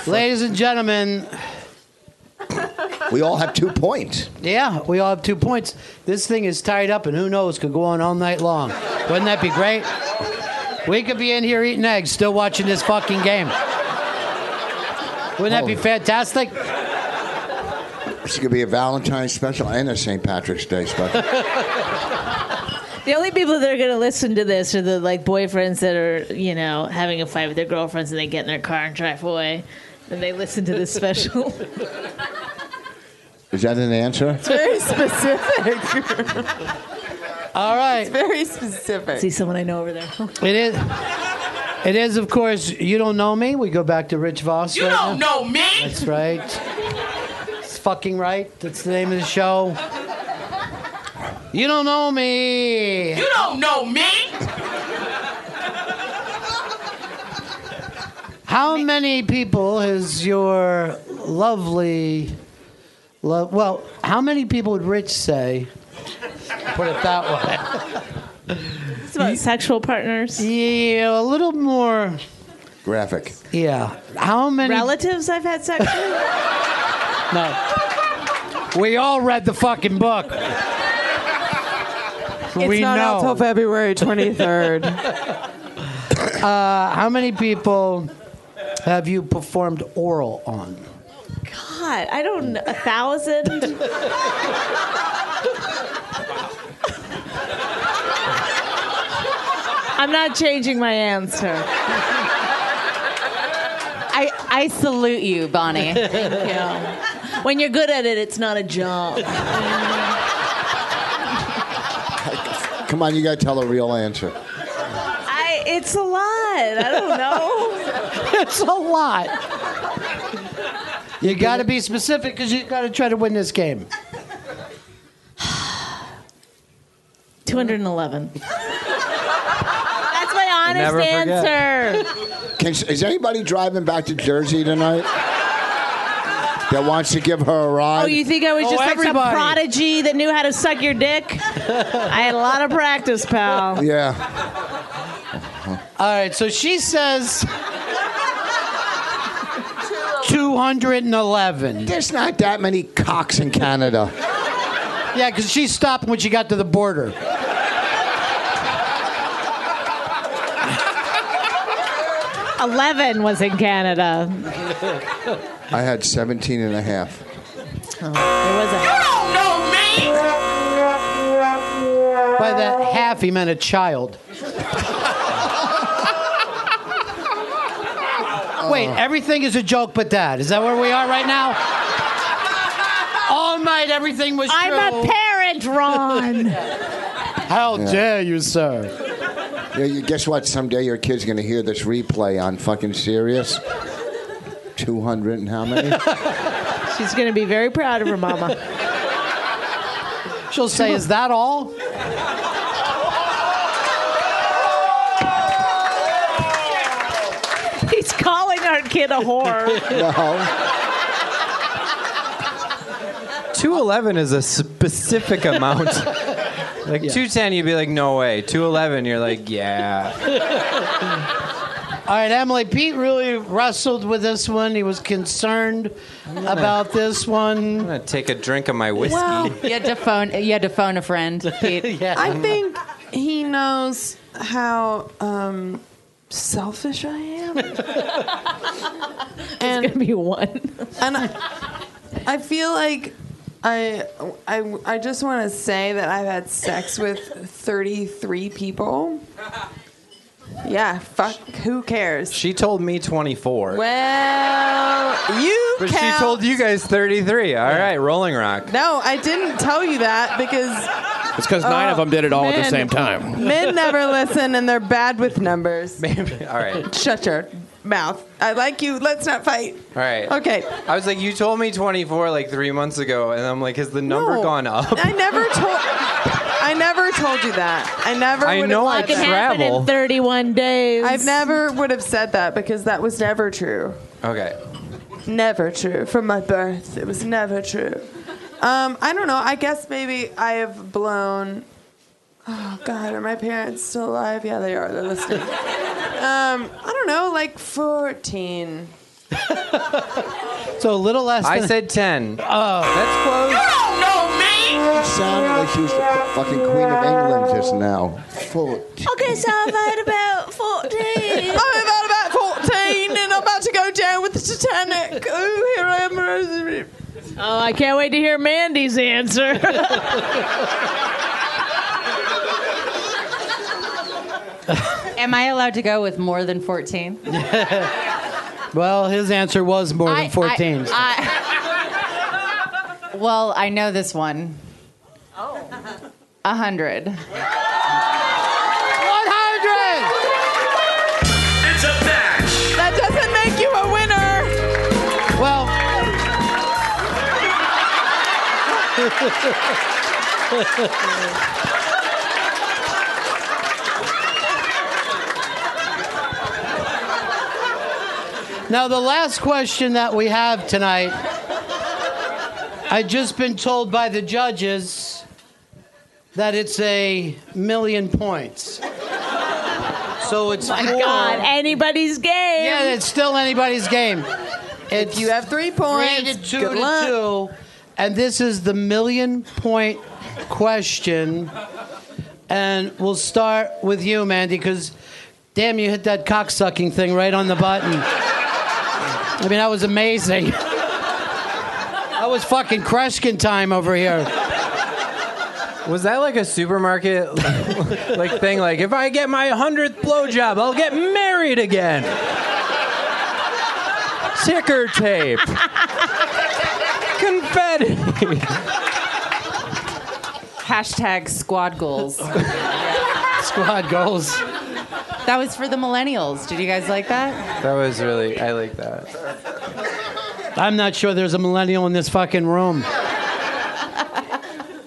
Ladies and gentlemen, We all have two points. yeah, we all have two points. This thing is tied up, and who knows, could go on all night long. Wouldn't that be great? We could be in here eating eggs, still watching this fucking game. Wouldn't that be fantastic? This could be a Valentine's special and a St. Patrick's Day special. The only people that are going to listen to this are the like boyfriends that are you know having a fight with their girlfriends and they get in their car and drive away. And they listen to this special. Is that an answer? Very specific. All right. Very specific. See someone I know over there. It is. It is, of course. You don't know me. We go back to Rich Voss. You right don't now. know me! That's right. It's fucking right. That's the name of the show. You don't know me. You don't know me! How many people has your lovely, love? Well, how many people would Rich say? Put it that way. It's about sexual partners. Yeah, a little more. Graphic. Yeah. How many? Relatives I've had sex with? No. We all read the fucking book. we it's not know. out till February 23rd. uh, how many people have you performed oral on? God, I don't know. A thousand? I'm not changing my answer. I, I salute you, Bonnie. Thank you. When you're good at it, it's not a job. Come on, you gotta tell a real answer. I, it's a lot. I don't know. it's a lot. You got to be specific because you got to try to win this game. 211. That's my honest never forget. answer. Can, is anybody driving back to Jersey tonight that wants to give her a ride? Oh, you think I was Oh, just like everybody. some prodigy that knew how to suck your dick? I had a lot of practice, pal. Yeah. All right, so she says 211. There's not that many cocks in Canada. Yeah, because she stopped when she got to the border. A 11 was in Canada. I had 17 and a half. don't know me! By that half, he meant a child. Wait, everything is a joke but that. Is that where we are right now? All night, everything was I'm a true. parent, Ron. How dare you, sir? Yeah, you, guess what? Someday your kid's going to hear this replay on fucking Sirius. 200 and how many? She's going to be very proud of her mama. She'll say, "Is that all?" He's calling our kid a whore. No. 211 is a specific amount. Like 210, you'd be like, no way. 211, you're like, yeah. All right, Emily. Pete really wrestled with this one. He was concerned about this one. I'm gonna take a drink of my whiskey. Well, you had to phone. You had to phone a friend, Pete. I think he knows how um, selfish I am. and It's going to be one. and I, I feel like I, I, I just want to say that I've had sex with 33 people. Yeah, fuck, who cares? She told me 24. Well, you but count. she told you guys 33. All right, Rolling Rock. No, I didn't tell you that because It's because nine of them did it all at the man. same time. men never listen and they're bad with numbers. All right. All Shut your mouth. I like you. Let's not fight. right. Okay. I was like, you told me 24 like three months ago, and I'm like, has the number No. gone up? I never told. I never told you that. I never. I would've know said I that. Happened travel. in 31 days. I've never would have said that because that was never true. Okay. Never true. From my birth, it was never true. Um, I don't know. I guess maybe I have blown. Oh God, are my parents still alive? Yeah, they are. They're listening. Um, I don't know, like fourteen. So a little less. I than- said 10. Oh. That's close. Don't know me! You sounded like she was the fu- fucking Queen of England just now. Full of t- Okay, so I've had about 14. I'm about about fourteen, and I'm about to go down with the Titanic. Oh, here I am, Rosary. Oh, I can't wait to hear Mandy's answer. Am I allowed to go with more than fourteen? Well, his answer was more I- than 14. I- I- well, I know this one. Oh. A hundred. 100! It's a match. That doesn't make you a winner. Well, now the last question that we have tonight. I've just been told by the judges that it's a million points. So it's Oh My four- God, anybody's game. Yeah, it's still anybody's game. It's If you have three three points, to two good to luck. two, and this is the million point question. And we'll start with you, Mandy, because damn, you hit that cocksucking thing right on the button. I mean, that was amazing. That was fucking Kreskin time over here. Was that like a supermarket like thing? Like, if I get my hundredth blowjob, I'll get married again. Ticker tape. Confetti. Hashtag squad goals. Squad goals. That was for the millennials. Did you guys like that? That was really. I like that. I'm not sure there's a millennial in this fucking room.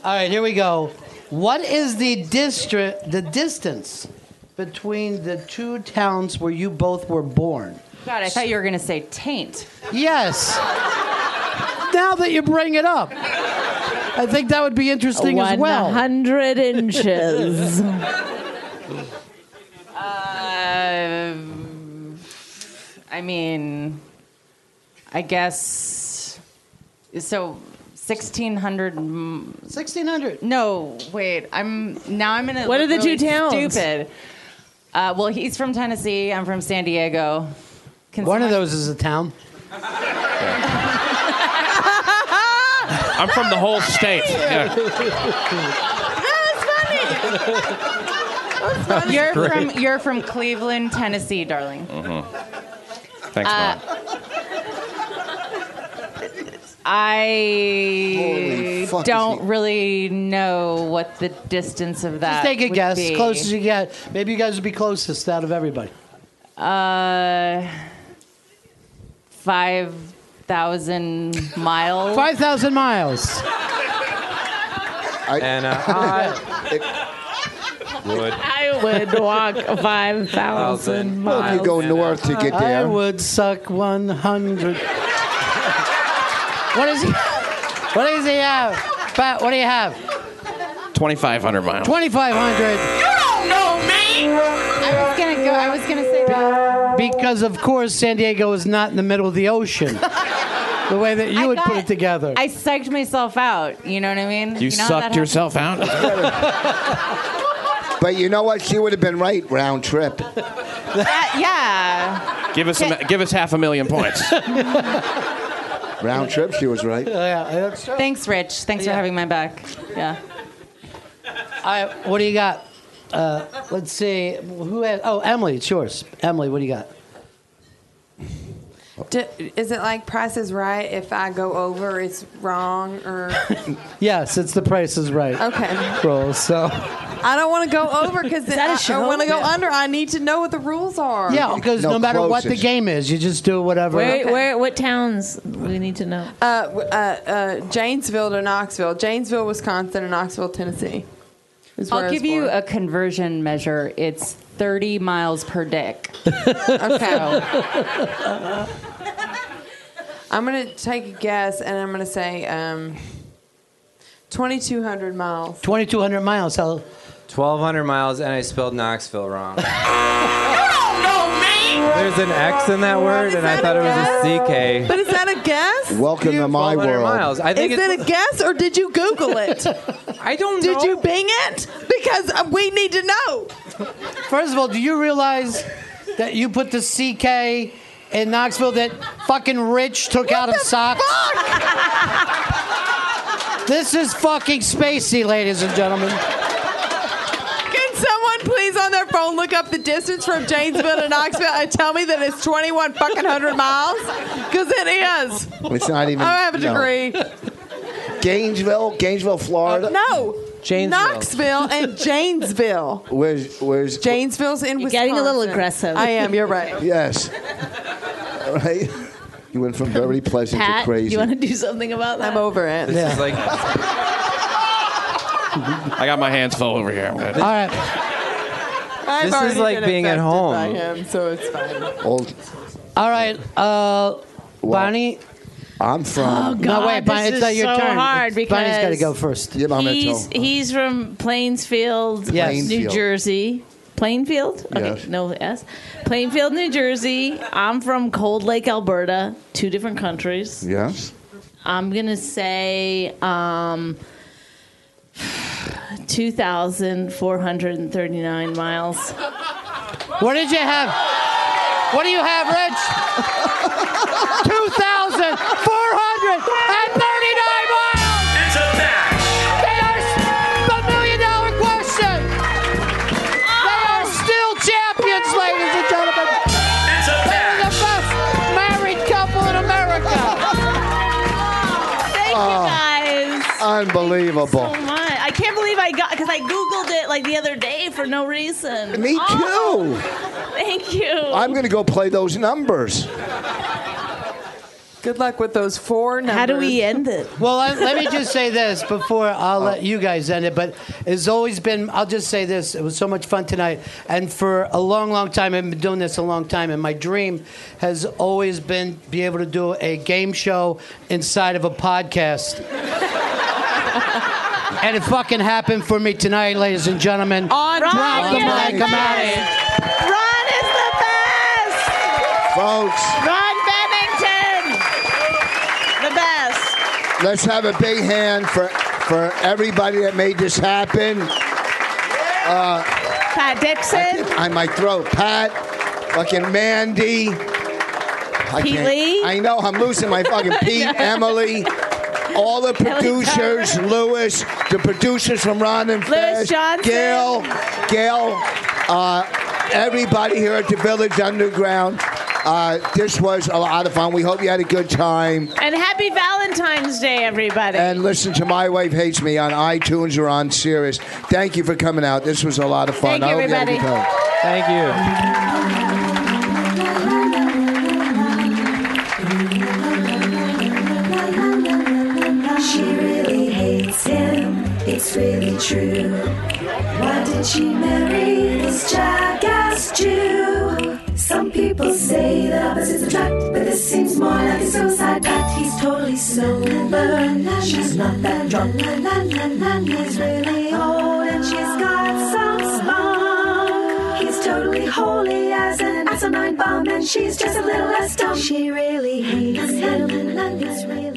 All right, here we go. What is the district the distance between the two towns where you both were born? God, I thought you were gonna say taint. Yes. now that you bring it up. I think that would be interesting as well. 100 inches. Um, Uh, I mean, I guess. So, sixteen hundred. 1600. No, wait. I'm now. I'm gonna. What look are the really two towns? Stupid. Uh, well, he's from Tennessee. I'm from San Diego. One of those is a town. I'm from the whole state. Yeah. funny. Ah, You're Great. from you're from Cleveland, Tennessee, darling. Thanks, Uh, I fuck, is don't really know what the distance of that. Just take a would guess. be. Close as you get. Maybe you guys would be closest out of everybody. Uh, five thousand miles. Five thousand miles. and uh, would. I would walk 5,000 Well, miles. if you go north to get there. I would suck one hundred. what is he? What does he have? Pat, what do you have? 2,500 Uh, miles. Twenty five hundred. No, me. I was gonna go. I was gonna say that. Because of course San Diego is not in the middle of the ocean. the way that you would put it together. I psyched myself out. You know what I mean? You know how sucked that happens? Yourself out? But you know what? She would have been right round trip. That- Uh, yeah. Give us some, give us half a million points. round trip, she was right. Thanks, Rich. Thanks for having my back. Yeah. I, what do you got? Uh, let's see. Who has, oh, Emily, it's yours. Emily, what do you got? D- is it like Price is Right? If I go over, it's wrong, or Yes, it's the price is right. Okay. Rule, so. I don't want to go over because Is that a I, show? want to go Yeah. under. I need to know what the rules are. Yeah, because no, matter what the closest. game is, you just do whatever. Where, where, what towns we need to know? Uh, w- uh, uh, Janesville to Knoxville, Janesville, Wisconsin, and Knoxville, Tennessee. is where I I'll was give you born. a conversion measure. It's 30 miles per dick. Okay. I'm gonna take a guess, and I'm gonna say um, 2,200 miles. 2,200 miles. How? 1,200 miles, and I spelled Knoxville wrong. No, me. There's an X in that word, and I thought it was a CK. But is that a guess? Welcome to my 1,200 world. miles. I think is it's- it a guess or did you Google it? I don't Did you Bing it? Because uh, we need to know. First of all, do you realize that you put the CK in Knoxville that fucking Rich took out of socks? This is fucking spacey, ladies and gentlemen. Can someone please on their phone look up the distance from Janesville to Knoxville and tell me that it's 21 fucking hundred miles? Because it is. It's not even- I have a no. degree. Gainesville, Gainesville, Florida. Uh, No. Janesville. Knoxville and Janesville. Where's where's Janesville's in You're Wisconsin. getting a little aggressive. I am. You're right. Yes. All right. You went from very pleasant Pat, to crazy. you want to do something about that? I'm over it. This is like. I got my hands full over here. All right. I've This is already like been being at affected home. By him, so it's fine. Old. All right, uh, Bonnie. I'm from. no, wait, Bonnie, this Oh, it's not is your so turn. hard Bonnie's got to Oh, because go first. Yeah, He's, he's from Plainsfield, Yes. New Plainfield. Jersey. Plainfield? Okay, Yes. no S. Plainfield, New Jersey. I'm from Cold Lake, Alberta. Two different countries. Yes. I'm going to say um, 2,439 miles. What did you have? What do you have, Rich? 2,439 miles! It's a match. They are s- the million dollar question! They are still champions, ladies and gentlemen! It's a They are match. the best married couple in America! Thank Oh. Ah. you guys. Unbelievable. so much. Oh I can't believe I got because I googled it like the other day for no reason. Me too. Oh, thank you. I'm gonna go play those numbers. Good luck with those four numbers. How do we end it? Well, I, let me just say this before I'll let you guys end it, but it's always been, I'll just say this, it was so much fun tonight. And for a long, long time, I've been doing this a long time, and my dream has always been be able to do a game show inside of a podcast. and it fucking happened for me tonight, ladies and gentlemen. On Drop the time. mic, I'm out of here. Ron is the best. Folks, Ron Bennington, the best. let's have a big hand for for everybody that made this happen. Uh, Pat Dixon. I my throat, Pat, fucking Mandy, I Pete can't- Lee? I know. I'm losing my fucking Pete, Emily, all the producers, Lewis, the producers from Ron and Fez, Johnson. Gail, Gail, uh, everybody here at the Village Underground. Uh, this was a lot of fun. We hope you had a good time. And happy Valentine's Day, everybody. And listen to My Wife Hates Me on iTunes or on Sirius. Thank you for coming out. This was a lot of fun. Thank you, I hope you had a good everybody. time. Thank you. She really hates him, it's really true. Why did she marry this jackass Jew? Some people say that opposites attract, but this seems more like a suicide pact. He's totally sober, she's not that drunk. He's really old and she's got some spunk. He's totally holy as an asinine bomb, and she's just a little less dumb. She really hates him, it's really